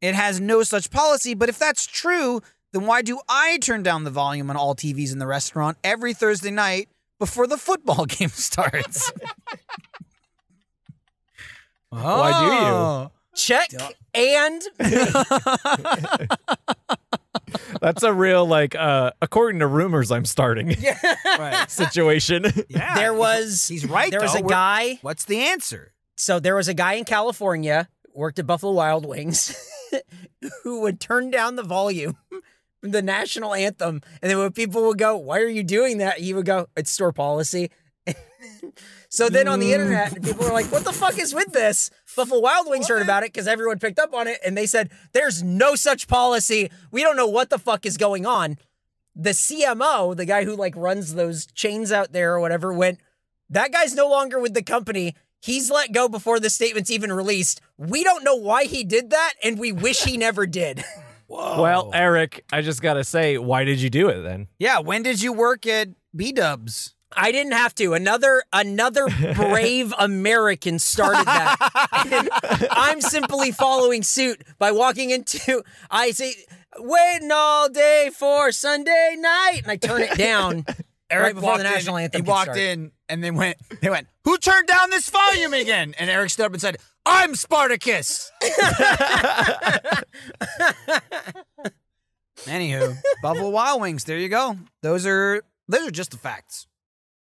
Speaker 2: it has no such policy, but if that's true, then why do I turn down the volume on all TVs in the restaurant every Thursday night before the football [LAUGHS] game starts?
Speaker 4: Oh.
Speaker 2: Oh.
Speaker 3: Why
Speaker 4: Check and
Speaker 3: That's a real like uh according to rumors
Speaker 2: [LAUGHS]
Speaker 3: I'm starting [LAUGHS]
Speaker 2: Right.
Speaker 3: situation.
Speaker 2: Yeah.
Speaker 4: there was
Speaker 2: He's right,
Speaker 4: There was
Speaker 2: though.
Speaker 4: a
Speaker 2: We're-
Speaker 4: guy.
Speaker 2: [LAUGHS] What's the answer?
Speaker 4: So there was a guy in California worked at Buffalo Wild Wings [LAUGHS] who would turn down the volume [LAUGHS] from the national anthem, and then when people would go, "Why are you doing that?" He would go, "It's store policy." [LAUGHS] so then on the internet, people were like, "What the fuck is with this?" Buffalo Wild Wings heard about it because everyone picked up on it, and they said, "There's no such policy. We don't know what the fuck is going on." The CMO, the guy who like runs those chains out there or whatever, went, "That guy's no longer with the company." He's let go before the statement's even released. We don't know why he did that, and we wish he never did. [LAUGHS]
Speaker 3: Well, Eric, I just gotta say, why did you do it then?
Speaker 2: Yeah, when did you work at B Dubs?
Speaker 4: I didn't have to. Another another
Speaker 2: [LAUGHS]
Speaker 4: brave American started that. And
Speaker 2: [LAUGHS]
Speaker 4: I'm simply following suit by walking into I say waiting all day for Sunday night and I turn
Speaker 2: [LAUGHS]
Speaker 4: it down right before the
Speaker 2: walked
Speaker 4: national
Speaker 2: in,
Speaker 4: anthem.
Speaker 2: He
Speaker 4: could
Speaker 2: walked
Speaker 4: start.
Speaker 2: in and they went, they went, who turned down this volume again? And Eric stood up and said, I'm Spartacus. [LAUGHS] Anywho, Buffalo Wild Wings, there you go. Those are those are just the facts.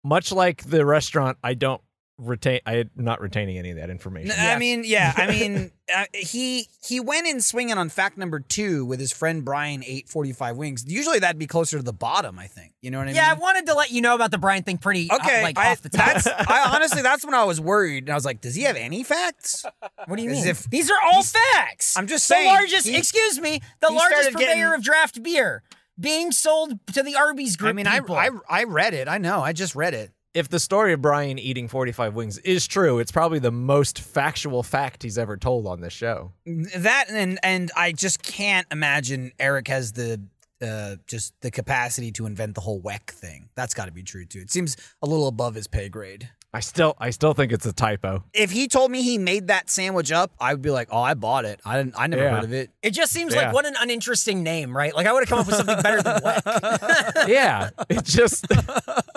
Speaker 3: Much like the restaurant, I don't retain. I'm not retaining any of that information.
Speaker 2: N- uh, I mean, yeah, I mean, [LAUGHS] uh, he he went in swinging on fact number two with his friend Brian eight forty five wings. Usually that'd be closer to the bottom, I think. You know what I
Speaker 4: Yeah, I
Speaker 2: mean?
Speaker 4: wanted to let you know about the Brian thing pretty uh,
Speaker 2: Okay,
Speaker 4: like
Speaker 2: I,
Speaker 4: off the top.
Speaker 2: that's I honestly that's when I was worried, and I was like, "Does he have any facts?"
Speaker 4: What do you
Speaker 2: As
Speaker 4: mean?
Speaker 2: if-
Speaker 4: These are all facts.
Speaker 2: I'm just
Speaker 4: the
Speaker 2: saying,
Speaker 4: largest.
Speaker 2: he-
Speaker 4: excuse me. The
Speaker 2: he
Speaker 4: largest
Speaker 2: started
Speaker 4: purveyor
Speaker 2: getting-
Speaker 4: of draft beer being sold to the Arby's group.
Speaker 2: I mean, I,
Speaker 4: people.
Speaker 2: I I read it. I know. I just read it.
Speaker 3: if the story of Brian eating 45 wings is true, it's probably the most factual fact he's ever told on this show.
Speaker 2: That and and I just can't imagine Eric has the uh just the capacity to invent the whole weck thing. That's got to be true too. It seems a little above his pay grade.
Speaker 3: I still I still think it's
Speaker 2: [LAUGHS]
Speaker 3: a typo.
Speaker 2: If he told me he made that sandwich up, I would be like, "Oh, I bought it. I didn't. I never
Speaker 3: Yeah.
Speaker 2: heard of it."
Speaker 4: It just seems
Speaker 3: Yeah.
Speaker 4: like what an uninteresting name, right? Like I would have come up with something better than what.
Speaker 3: yeah. It
Speaker 2: [LAUGHS]
Speaker 3: just [LAUGHS]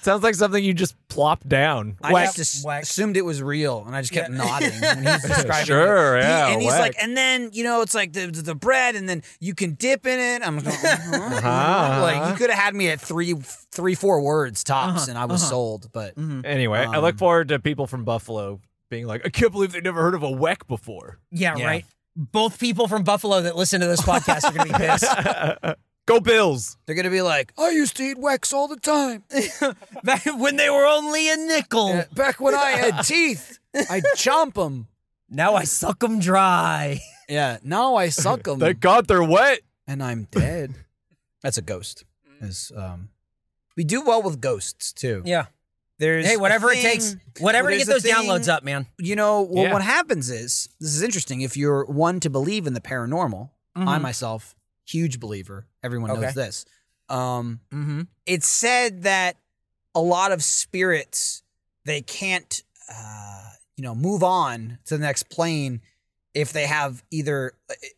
Speaker 3: sounds like something you just plop down.
Speaker 2: I
Speaker 3: Whack.
Speaker 2: just as-
Speaker 4: Whack.
Speaker 2: assumed it was real, and I just kept
Speaker 4: [LAUGHS]
Speaker 2: nodding when he was describing
Speaker 3: Sure,
Speaker 2: it. He-
Speaker 3: yeah,
Speaker 2: and he's like,
Speaker 3: whack.
Speaker 2: and then you know, it's like the the bread, and then you can dip in it. I'm just going, "Uh-huh, uh-huh." like you could have had me at three, three, four words tops,
Speaker 4: Uh-huh,
Speaker 2: and I was sold. But
Speaker 4: Mm.
Speaker 3: anyway, I look forward to people from Buffalo being like, I can't believe they've never heard of a weck [LAUGHS] before.
Speaker 4: [LAUGHS] yeah,
Speaker 2: Yeah.
Speaker 4: right. Both people from Buffalo that listen to this podcast are going to be pissed. [LAUGHS]
Speaker 3: Go Bills.
Speaker 2: they're gonna be like, I used to eat Wex all the time
Speaker 4: Back when they were only a nickel.
Speaker 2: back when I
Speaker 4: [LAUGHS]
Speaker 2: had teeth. I chomp them.
Speaker 4: Now I suck them dry.
Speaker 2: Yeah, now I suck them,
Speaker 3: Thank God they're wet.
Speaker 2: and I'm dead. That's a ghost. Is um, we do well with ghosts too.
Speaker 4: Yeah.
Speaker 2: There's
Speaker 4: Hey,
Speaker 2: a
Speaker 4: whatever it
Speaker 2: thing-
Speaker 4: takes, whatever to
Speaker 2: there's
Speaker 4: get
Speaker 2: a
Speaker 4: those
Speaker 2: thing-
Speaker 4: downloads up, man.
Speaker 2: you know, well,
Speaker 3: Yeah.
Speaker 2: what happens is this is interesting. If you're one to believe in the paranormal,
Speaker 4: Mm-hmm.
Speaker 2: I myself, huge believer. Everyone
Speaker 4: Okay.
Speaker 2: knows this. Um,
Speaker 4: Mm-hmm.
Speaker 2: it's said that a lot of spirits they can't, uh, you know, move on to the next plane if they have either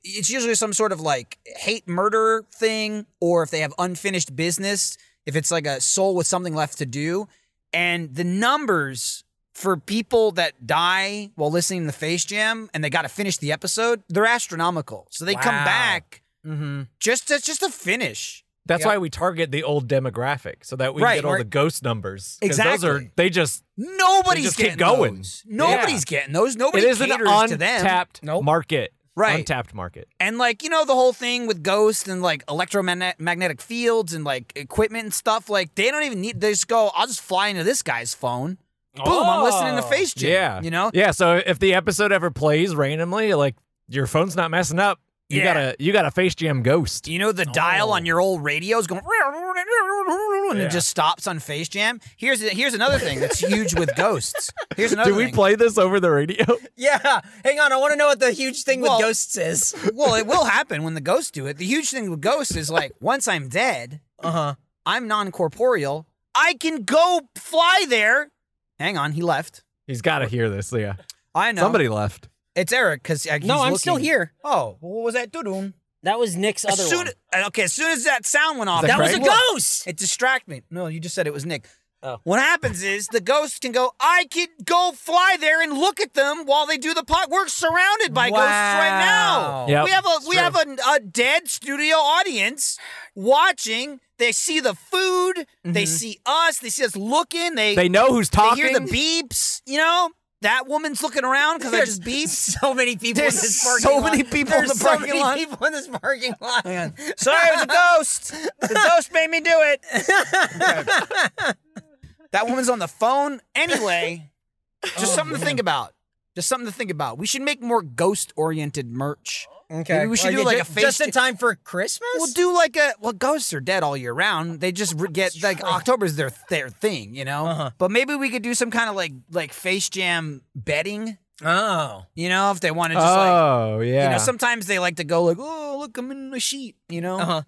Speaker 2: it's usually some sort of like hate murder thing or if they have unfinished business if it's like a soul with something left to do and the numbers for people that die while listening to the face jam and they got to finish the episode they're astronomical so they come
Speaker 4: Wow.
Speaker 2: back
Speaker 4: Mm-hmm.
Speaker 2: just to, just to finish
Speaker 3: That's
Speaker 4: Yep.
Speaker 3: why we target the old demographic so that we can
Speaker 2: Right,
Speaker 3: get all
Speaker 2: we're-
Speaker 3: the ghost numbers. 'Cause Those
Speaker 2: Exactly.
Speaker 3: are they just
Speaker 2: nobody's
Speaker 3: just keep
Speaker 2: getting
Speaker 3: going.
Speaker 2: those. nobody's getting those nobody
Speaker 3: it is an
Speaker 2: caters to them
Speaker 3: untapped
Speaker 4: Nope.
Speaker 3: market.
Speaker 2: Right.
Speaker 3: Untapped market.
Speaker 2: And like, you know, the whole thing with ghosts and like electromagnetic fields and like equipment and stuff, like they don't even need they just go, I'll just fly into this guy's phone. Boom, I'm listening to
Speaker 4: Oh.
Speaker 2: face jam.
Speaker 3: Yeah.
Speaker 2: You know?
Speaker 3: Yeah, so if the episode ever plays randomly, like your phone's not messing up. You
Speaker 2: Yeah.
Speaker 3: got a you got a face jam ghost.
Speaker 2: You know the dial on your old radio is going and
Speaker 3: Oh. Yeah.
Speaker 2: it just stops on face jam. Here's here's another thing that's huge with ghosts. Here's another
Speaker 3: Do we
Speaker 2: thing.
Speaker 3: play this over the radio?
Speaker 4: Yeah. Hang on. I want to know what the huge thing
Speaker 2: Well-
Speaker 4: with ghosts is.
Speaker 2: well, it will happen when the ghosts do it. The huge thing with ghosts is like once I'm dead,
Speaker 4: Uh huh.
Speaker 2: I'm non corporeal. I can go fly there. Hang on, he left.
Speaker 3: He's got to hear this. Yeah,
Speaker 2: I know.
Speaker 3: somebody left.
Speaker 2: It's Eric because
Speaker 4: No, I'm still here.
Speaker 2: Oh, well, what was that? Doo-doom.
Speaker 4: That was Nick's other
Speaker 2: As soon,
Speaker 4: one.
Speaker 2: okay, as soon as that sound went off,
Speaker 3: that
Speaker 4: That was a
Speaker 3: Right?
Speaker 4: ghost.
Speaker 2: It distracted me. No, you just said it was Nick. Oh. What happens is the ghosts can go. I can go fly there and look at them while they do the pot. We're surrounded by ghosts right now.
Speaker 4: Wow.
Speaker 3: Yep,
Speaker 2: we have a
Speaker 3: it's
Speaker 2: we
Speaker 3: true.
Speaker 2: have a, a dead studio audience watching. They see the food. They
Speaker 4: Mm-hmm.
Speaker 2: see us. They see us looking. They
Speaker 3: They know who's
Speaker 2: they
Speaker 3: talking.
Speaker 2: hear the beeps. You know that woman's looking around because I just beeped.
Speaker 4: [LAUGHS] So many people
Speaker 2: There's
Speaker 4: in this parking
Speaker 2: so
Speaker 4: lot.
Speaker 2: many people in
Speaker 4: There's
Speaker 2: the
Speaker 4: so
Speaker 2: parking
Speaker 4: many
Speaker 2: lot.
Speaker 4: people in this parking lot.
Speaker 2: Sorry, it was a ghost. The ghost made me do
Speaker 4: [LAUGHS]
Speaker 2: it. that woman's on the phone. Anyway, just
Speaker 4: Oh,
Speaker 2: something to think about. Just something to think about. We should make more ghost oriented merch.
Speaker 4: Okay.
Speaker 2: Maybe we should do like a
Speaker 4: ju-
Speaker 2: face
Speaker 4: just in
Speaker 2: j-
Speaker 4: time for Christmas.
Speaker 2: We'll do like a well, ghosts are dead all year round. They just re- get like October's their their thing, you know.
Speaker 4: Uh-huh.
Speaker 2: But maybe we could do some kind of like like face jam betting,
Speaker 4: oh,
Speaker 2: you know, if they want to just like
Speaker 3: oh yeah,
Speaker 2: you know. Sometimes they like to go like, oh look, I'm in the sheet, you know.
Speaker 4: Uh-huh.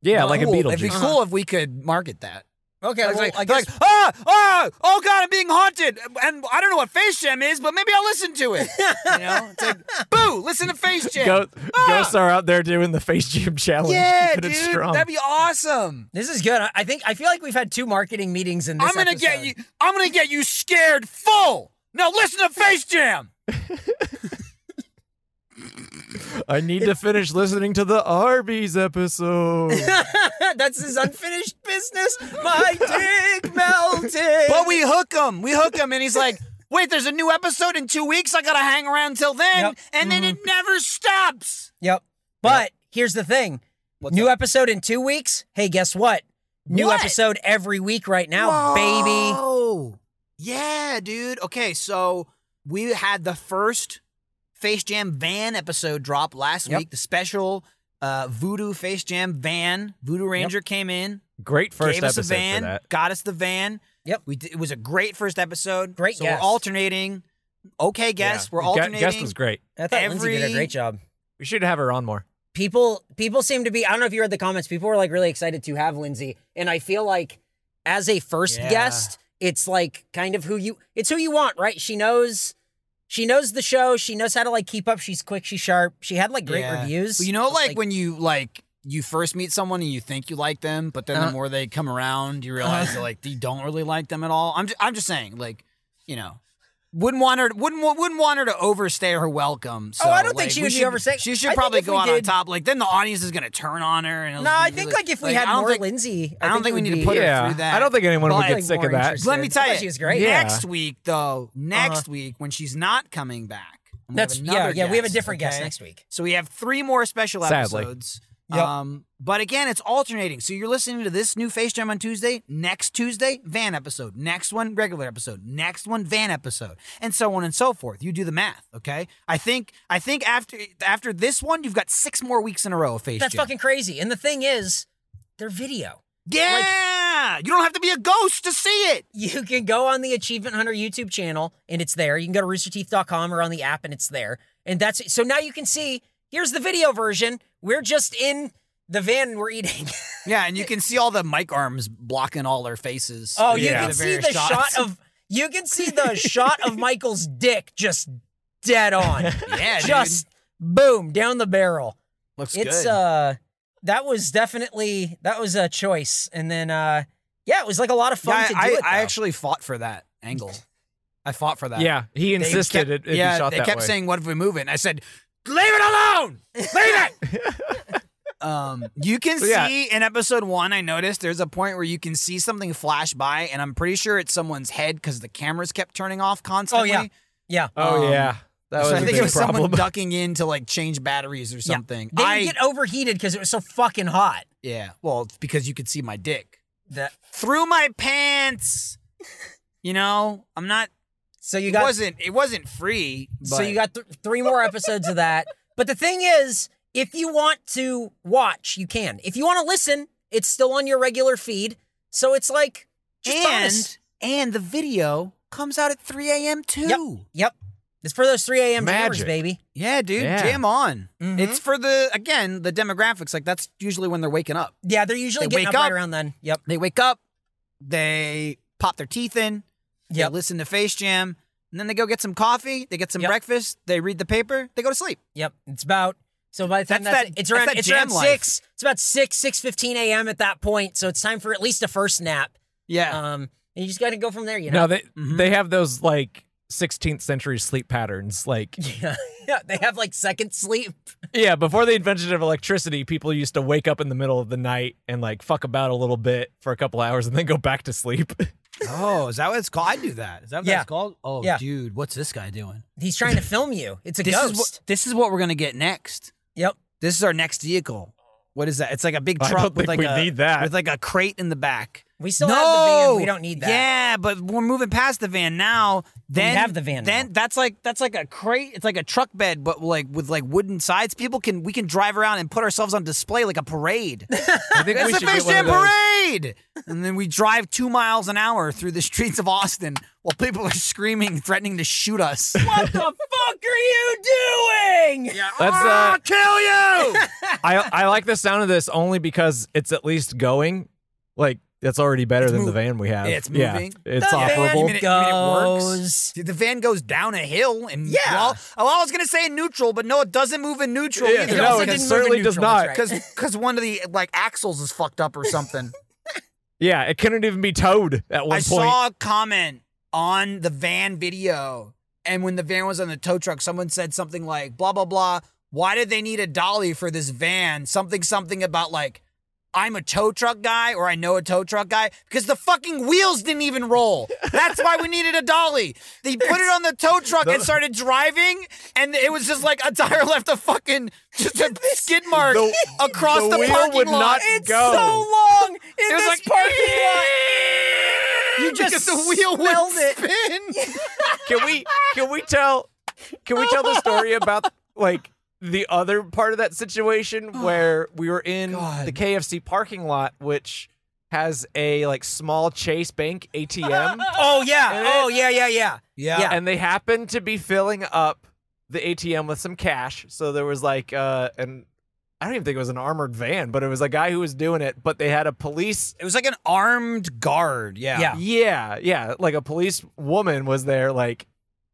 Speaker 3: yeah, like a
Speaker 2: Cool.
Speaker 3: [LAUGHS] Beetlejuice.
Speaker 2: It'd be cool if we could market that.
Speaker 4: Okay,
Speaker 2: Like,
Speaker 4: well,
Speaker 2: like,
Speaker 4: I
Speaker 2: they're
Speaker 4: guess
Speaker 2: like, ah, ah, oh god, I'm being haunted, and I don't know what Face Jam is, but maybe I'll listen to it. [LAUGHS] You know, it's like, boo, listen to Face Jam.
Speaker 3: Go-
Speaker 2: Ah!
Speaker 3: Ghosts are out there doing the face jam challenge. [LAUGHS]
Speaker 2: yeah,
Speaker 3: Keeping
Speaker 2: dude,
Speaker 3: it strong.
Speaker 2: that'd be awesome.
Speaker 4: this is good. I- I think I feel like we've had two marketing meetings in this.
Speaker 2: I'm gonna get
Speaker 4: episode.
Speaker 2: you. I'm gonna get you scared full. Now listen to Face Jam.
Speaker 3: I need to finish listening to the Arby's episode.
Speaker 4: [LAUGHS]
Speaker 2: [LAUGHS]
Speaker 4: That's his unfinished business. My dick melted.
Speaker 2: But we hook him. We hook him, and he's like, "Wait, there's a new episode in two weeks. I gotta hang around till then."
Speaker 4: Yep.
Speaker 2: And then
Speaker 3: Mm-hmm.
Speaker 2: it never stops.
Speaker 4: Yep. But here's the thing. New episode in two weeks. Hey, guess what? New
Speaker 2: What?
Speaker 4: episode every week right now, baby.
Speaker 2: Oh, yeah, dude. Okay, so we had the first Face Jam Van episode drop last
Speaker 4: Yep.
Speaker 2: week. The special uh, Voodoo Face Jam Van Voodoo Ranger came in,
Speaker 3: Great first
Speaker 2: gave us a
Speaker 3: episode for
Speaker 2: van,
Speaker 3: that.
Speaker 2: got us the van.
Speaker 4: Yep.
Speaker 2: we did, it was a great first episode.
Speaker 4: Great
Speaker 2: So
Speaker 4: guest.
Speaker 2: weest. we're alternating. Okay, guest.
Speaker 3: Yeah.
Speaker 2: We're
Speaker 3: Gu-
Speaker 2: alternating.
Speaker 3: Guest was great.
Speaker 4: I thought Lindsay did a
Speaker 2: every-
Speaker 4: great job.
Speaker 3: We should have her on more.
Speaker 4: People people seem to be I don't know if you read the comments, people were like really excited to have Lindsay. And I feel like as a first
Speaker 2: Yeah.
Speaker 4: guest, it's like kind of who you it's who you want, right? She knows she knows the show, she knows how to like keep up, she's quick, she's sharp. She had like great
Speaker 2: Yeah.
Speaker 4: reviews.
Speaker 2: Well, you know,
Speaker 4: It's
Speaker 2: like, when you like you first meet someone and you think you like them, but then
Speaker 4: Uh-huh.
Speaker 2: the more they come around, you realize that, like you don't really like them at all. I'm just, I'm just saying, like you know, wouldn't want her wouldn't wa- wouldn't want her to overstay her welcome. So,
Speaker 4: Oh, I don't think
Speaker 2: like,
Speaker 4: she
Speaker 2: we
Speaker 4: would be
Speaker 2: should-
Speaker 4: overstaying.
Speaker 2: She
Speaker 4: I
Speaker 2: should
Speaker 4: think
Speaker 2: probably
Speaker 4: if we
Speaker 2: go out on
Speaker 4: did-
Speaker 2: top. Like then the audience is gonna turn on her. And it'll
Speaker 4: No,
Speaker 2: be
Speaker 4: I think
Speaker 2: really-
Speaker 4: like if we
Speaker 2: like,
Speaker 4: had
Speaker 2: I don't
Speaker 4: more
Speaker 2: think-
Speaker 4: Lindsay,
Speaker 2: I don't think we need
Speaker 4: we'd
Speaker 2: to
Speaker 4: be-
Speaker 2: put her
Speaker 3: yeah.
Speaker 2: through that.
Speaker 3: I don't think anyone would
Speaker 2: But-
Speaker 3: get sick
Speaker 4: More
Speaker 3: of that.
Speaker 4: interesting.
Speaker 2: Let me
Speaker 4: I
Speaker 2: tell
Speaker 4: thought
Speaker 2: you,
Speaker 4: she was great. Uh-huh.
Speaker 3: Yeah.
Speaker 2: Next week, though, next week when she's not coming back, and we have
Speaker 4: That's yeah,
Speaker 2: another
Speaker 4: yeah. We have a
Speaker 2: guest,
Speaker 4: different guest
Speaker 2: okay?
Speaker 4: next week.
Speaker 2: So we have three more special
Speaker 3: Sadly.
Speaker 2: episodes.
Speaker 4: Yep.
Speaker 2: Um, but again, it's alternating. So you're listening to this new Face Jam on Tuesday, next Tuesday, van episode, next one, regular episode, next one, van episode, and so on and so forth. You do the math, okay? I think I think after after this one, you've got six more weeks in a row of Face
Speaker 4: That's
Speaker 2: Jam.
Speaker 4: fucking crazy. And the thing is, they're video.
Speaker 2: yeah! you don't have to be a ghost to see it.
Speaker 4: You can go on the Achievement Hunter YouTube channel and it's there. You can go to roosterteeth.com or on the app and it's there. And that's so now you can see. Here's the video version. We're just in the van and
Speaker 2: [LAUGHS]
Speaker 4: we're eating.
Speaker 2: Yeah, and you can see all the mic arms blocking all their faces.
Speaker 4: Oh,
Speaker 2: They
Speaker 4: you
Speaker 2: do
Speaker 4: can
Speaker 2: the
Speaker 4: see
Speaker 2: various
Speaker 4: the
Speaker 2: shots.
Speaker 4: shot of you can
Speaker 2: [LAUGHS]
Speaker 4: see the shot of Michael's dick just dead on.
Speaker 2: [LAUGHS] yeah, dude.
Speaker 4: [LAUGHS] just boom down the barrel.
Speaker 2: looks
Speaker 4: it's
Speaker 2: good.
Speaker 4: uh that was definitely that was a choice and then uh yeah it was like a lot of fun
Speaker 2: Yeah,
Speaker 4: to do
Speaker 2: I,
Speaker 4: it
Speaker 2: I
Speaker 4: though.
Speaker 2: actually fought for that
Speaker 4: [LAUGHS]
Speaker 2: angle. I fought for that.
Speaker 3: Yeah, he
Speaker 2: They
Speaker 3: insisted
Speaker 2: kept-
Speaker 3: it, it
Speaker 2: yeah,
Speaker 3: be shot
Speaker 2: they
Speaker 3: that
Speaker 2: kept
Speaker 3: way.
Speaker 2: saying, "What if we move it?" And I said, "Leave it alone. Leave it."
Speaker 3: [LAUGHS]
Speaker 2: um, you can
Speaker 3: So, yeah.
Speaker 2: see in episode one. I noticed there's a point where you can see something flash by, and I'm pretty sure it's someone's head because the cameras kept turning off constantly.
Speaker 4: yeah. yeah
Speaker 3: "Oh
Speaker 2: um,
Speaker 3: yeah, that was
Speaker 2: So I
Speaker 3: a
Speaker 2: think
Speaker 3: big
Speaker 2: it was someone
Speaker 3: problem." [LAUGHS]
Speaker 2: ducking in to like change batteries or something.
Speaker 4: they
Speaker 2: I
Speaker 4: would get overheated because it was so fucking hot
Speaker 2: yeah. Well, it's because you could see my dick
Speaker 4: that
Speaker 2: through my pants. you know, I'm not.
Speaker 4: so you
Speaker 2: It
Speaker 4: got
Speaker 2: wasn't. It wasn't free. But
Speaker 4: so you got th- three more episodes of that but the thing is if you want to watch you can if you want to listen it's still on your regular feed so it's like just bonus.
Speaker 2: and the video comes out at 3 a.m. too.
Speaker 4: yep it's for those 3 a.m. hours
Speaker 3: Magic.
Speaker 4: baby
Speaker 2: Yeah, Mm-hmm. dude,
Speaker 3: Yeah.
Speaker 2: jam on.
Speaker 4: Mhm.
Speaker 2: It's for the again the demographics. Like that's usually when they're waking up.
Speaker 4: yeah they're usually
Speaker 2: They
Speaker 4: getting
Speaker 2: wake
Speaker 4: up, right
Speaker 2: up.
Speaker 4: around then yep
Speaker 2: They wake up, they pop their teeth in,
Speaker 4: Yep.
Speaker 2: they listen to Face Jam, and then they go get some coffee, they get some
Speaker 4: Yep.
Speaker 2: breakfast, they read the paper, they go to sleep.
Speaker 4: Yep, it's about so by the time
Speaker 2: That's that-
Speaker 4: that's, it's
Speaker 2: that's
Speaker 4: around
Speaker 2: that
Speaker 4: it's around
Speaker 2: jam life.
Speaker 4: six. It's about six six fifteen a.m. at that point, so it's time for at least a first nap.
Speaker 2: Yeah,
Speaker 4: Um, and you just got to go from there, you
Speaker 3: no,
Speaker 4: know. [LAUGHS]
Speaker 3: they
Speaker 2: mm-hmm.
Speaker 3: they have those like 16th century sleep patterns. Like
Speaker 4: yeah, yeah, they have like second sleep.
Speaker 3: yeah, before the invention of electricity, people used to wake up in the middle of the night and like fuck about a little bit for a couple hours and then go back to sleep. [LAUGHS]
Speaker 2: Oh, is that what it's called? I do that. Is that what
Speaker 4: Yeah.
Speaker 2: it's called? Oh,
Speaker 4: Yeah.
Speaker 2: dude, what's this guy doing?
Speaker 4: He's trying to film you. It's a
Speaker 2: This
Speaker 4: ghost.
Speaker 2: is what this is what we're gonna get next.
Speaker 4: yep.
Speaker 2: This is our next vehicle. What is that? It's like a big
Speaker 3: I
Speaker 2: truck
Speaker 3: don't
Speaker 2: with like
Speaker 3: think we
Speaker 2: a,
Speaker 3: need that.
Speaker 2: with like a crate in the back.
Speaker 4: We still have the van. We don't need that.
Speaker 2: Yeah, but we're moving past the van now. Then
Speaker 4: have the van
Speaker 2: Then
Speaker 4: now.
Speaker 2: that's like that's like a crate. It's like a truck bed, but like with like wooden sides. People can we can drive around and put ourselves on display like a
Speaker 4: [LAUGHS]
Speaker 2: parade.
Speaker 3: I think we
Speaker 2: It's
Speaker 3: should
Speaker 2: the
Speaker 3: get
Speaker 2: Face
Speaker 3: one
Speaker 2: Jam
Speaker 3: of those.
Speaker 2: [LAUGHS] parade. and then we drive two miles an hour through the streets of Austin while people are screaming, threatening to shoot us.
Speaker 4: What the fuck are you doing?
Speaker 2: yeah,
Speaker 3: That's,
Speaker 2: "Ah,
Speaker 3: uh,
Speaker 2: kill you.
Speaker 3: I I like the sound of this only because it's at least going. Like That's already better
Speaker 2: It's
Speaker 3: than the
Speaker 2: moving.
Speaker 3: van we have.
Speaker 2: It's moving.
Speaker 3: Yeah, it's
Speaker 4: The van
Speaker 3: operable.
Speaker 2: You mean it- you mean it works?
Speaker 4: goes-
Speaker 2: Dude, the van goes down a hill and
Speaker 4: Yeah.
Speaker 2: Well, well, I was gonna say in neutral, but no, it doesn't move in neutral
Speaker 3: Yeah,
Speaker 2: either.
Speaker 3: no,
Speaker 4: also
Speaker 3: it
Speaker 4: didn't move in
Speaker 3: certainly does
Speaker 4: neutral, that's
Speaker 3: not.
Speaker 2: [LAUGHS]
Speaker 4: right.
Speaker 2: because because one of the like axles is fucked up or something.
Speaker 3: Yeah, it couldn't even be towed at one
Speaker 2: I
Speaker 3: point.
Speaker 2: saw a comment on the van video, and when the van was on the tow truck, someone said something like blah blah blah. Why did they need a dolly for this van? Something something about like. I'm a tow truck guy, or I know a tow truck guy, because the fucking wheels didn't even roll. That's why we needed a dolly. They put it on the tow truck and started driving, and it was just like a tire [LAUGHS] left a fucking just a skid mark
Speaker 3: The-
Speaker 2: across
Speaker 3: the
Speaker 2: the,
Speaker 3: wheel
Speaker 2: parking
Speaker 3: would
Speaker 2: lot.
Speaker 3: not
Speaker 2: It's
Speaker 3: go.
Speaker 2: so
Speaker 4: long in
Speaker 2: it was like parking lot. You because
Speaker 4: just
Speaker 2: the wheel
Speaker 4: smelled
Speaker 2: would
Speaker 4: it.
Speaker 2: spin.
Speaker 3: can we can we tell can we tell the story about like the other part of that situation where we were in
Speaker 2: God.
Speaker 3: the KFC parking lot which has a like small Chase Bank ATM
Speaker 4: Oh yeah. Oh yeah. Yeah yeah. Yeah.
Speaker 3: and they happened to be filling up the ATM with some cash so there was like uh an I don't even think it was an armored van but it was a guy who was doing it but they had a police
Speaker 2: It was like an armed guard. Yeah.
Speaker 4: Yeah.
Speaker 3: Yeah, yeah. Like a police woman was there, like,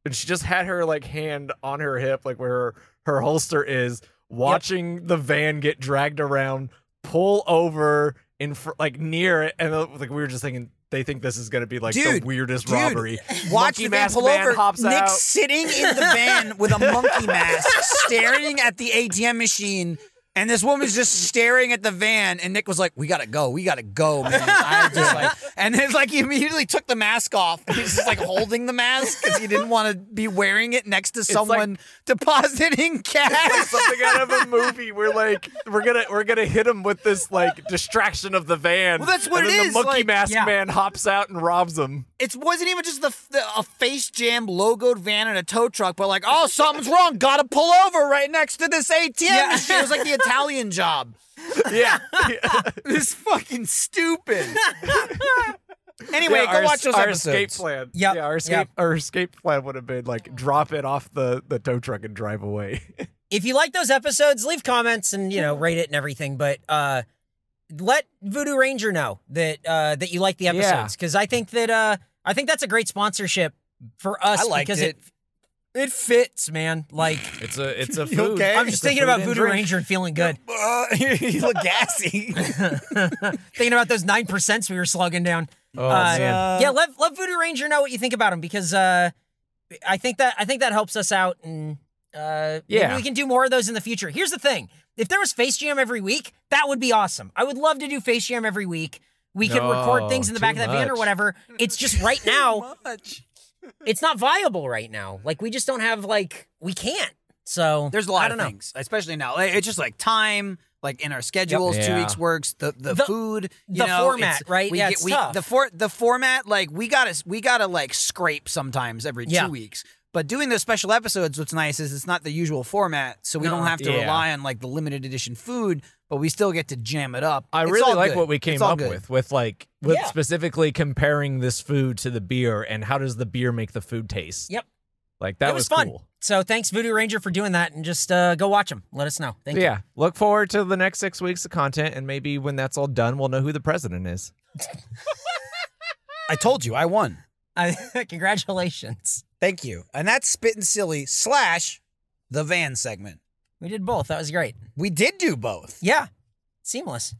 Speaker 3: and she just had her like hand on her hip, like where her, her holster is, watching the van get dragged around, pull over in fr- like near it, and uh, like we were just thinking they think this is gonna be like
Speaker 2: Dude,
Speaker 3: the weirdest
Speaker 2: dude,
Speaker 3: robbery.
Speaker 2: [LAUGHS] Watch
Speaker 3: Monkey
Speaker 2: the van
Speaker 3: Mask
Speaker 2: pull
Speaker 3: Man
Speaker 2: over.
Speaker 3: hops
Speaker 2: Nick's
Speaker 3: out.
Speaker 2: sitting in the
Speaker 3: [LAUGHS]
Speaker 2: van with a monkey mask, staring at the ATM machine. And this woman's just staring at the van, and Nick was like, "We gotta go, we gotta go, man." I was
Speaker 3: [LAUGHS]
Speaker 2: just like, and then like he immediately took the mask off. He was just like holding the mask because he didn't want to be wearing it next to
Speaker 3: like-
Speaker 2: someone depositing [LAUGHS]
Speaker 3: Like
Speaker 2: cash.
Speaker 3: [LAUGHS] something out of a movie. We're like, we're gonna we're gonna hit him with this like distraction of the van.
Speaker 2: Well, that's what
Speaker 3: and
Speaker 2: it
Speaker 3: then
Speaker 2: is,
Speaker 3: The monkey
Speaker 2: like,
Speaker 3: mask
Speaker 2: yeah.
Speaker 3: man hops out and
Speaker 2: [LAUGHS]
Speaker 3: robs him.
Speaker 2: it wasn't even just the, the a face jam logoed van and a tow truck, but like, oh, something's wrong. Got to pull over right next to this ATM. machine. It was like the Italian [LAUGHS] job.
Speaker 3: Yeah. [LAUGHS]
Speaker 2: This is fucking stupid. [LAUGHS] anyway,
Speaker 3: Yeah,
Speaker 2: go
Speaker 3: our,
Speaker 2: watch those
Speaker 3: our
Speaker 2: episodes.
Speaker 3: escape plan.
Speaker 4: Yep,
Speaker 3: Yeah, our escape
Speaker 4: yep.
Speaker 3: our escape plan would have been like drop it off the the tow truck and drive away. [LAUGHS]
Speaker 4: if you like those episodes, leave comments and you know rate it and everything. But uh, let Voodoo Ranger know that uh, that you like the
Speaker 3: Yeah.
Speaker 4: episodes because I think that uh, I think that's a great sponsorship for us.
Speaker 2: I liked
Speaker 4: because
Speaker 2: it.
Speaker 4: it. It fits, man. Like
Speaker 3: it's a it's a
Speaker 2: You food. okay?
Speaker 4: I'm just thinking about Voodoo Ranger and feeling good.
Speaker 2: [LAUGHS] you look gassy.
Speaker 4: thinking about those nine percents we were slugging down.
Speaker 3: Oh
Speaker 4: Uh,
Speaker 3: man.
Speaker 4: yeah, let let Voodoo Ranger know what you think about him because uh, I think that I think that helps us out, and uh, maybe
Speaker 3: Yeah.
Speaker 4: we can do more of those in the future. Here's the thing: if there was Face Jam every week, that would be awesome. I would love to do Face Jam every week. We could record
Speaker 3: No,
Speaker 4: things in the
Speaker 3: too
Speaker 4: back of that van or
Speaker 3: much.
Speaker 4: whatever. It's just right now,
Speaker 2: Much.
Speaker 4: it's not viable right now. Like we just don't have like we can't. So
Speaker 2: There's a lot
Speaker 4: I don't
Speaker 2: of things, especially now. Like, It's just like time, like in our schedules, two
Speaker 3: Yeah.
Speaker 2: weeks works, the the,
Speaker 4: The-
Speaker 2: food, you
Speaker 4: the
Speaker 2: know,
Speaker 4: format,
Speaker 2: it's-
Speaker 4: right?
Speaker 2: We
Speaker 4: Yeah,
Speaker 2: get,
Speaker 4: it's
Speaker 2: we,
Speaker 4: tough.
Speaker 2: The for the format, like we gotta we gotta like scrape sometimes every
Speaker 4: Yeah.
Speaker 2: two weeks. But doing those special episodes, what's nice is it's not the usual format, so we
Speaker 4: No.
Speaker 2: don't have to
Speaker 3: Yeah.
Speaker 2: rely on like the limited edition food, but we still get to jam it up.
Speaker 3: I
Speaker 2: It's
Speaker 3: really
Speaker 2: all
Speaker 3: like
Speaker 2: good.
Speaker 3: what we
Speaker 2: It's
Speaker 3: came
Speaker 2: all
Speaker 3: up
Speaker 2: good.
Speaker 3: with with like with
Speaker 4: Yeah.
Speaker 3: specifically comparing this food to the beer and how does the beer make the food taste?
Speaker 4: Yep.
Speaker 3: Like that
Speaker 4: it was, fun.
Speaker 3: cool.
Speaker 4: So thanks Voodoo Ranger for doing that, and just uh, go watch them. Let us know. Thank you. [LAUGHS]
Speaker 3: Yeah. Look forward to the next six weeks of content and maybe when that's all done we'll know who the president is.
Speaker 2: I told you, I won.
Speaker 4: I- [LAUGHS] congratulations.
Speaker 2: Thank you. And that's spittin' silly slash the van segment.
Speaker 4: We did both. That was great.
Speaker 2: We did do both.
Speaker 4: Yeah. Seamless.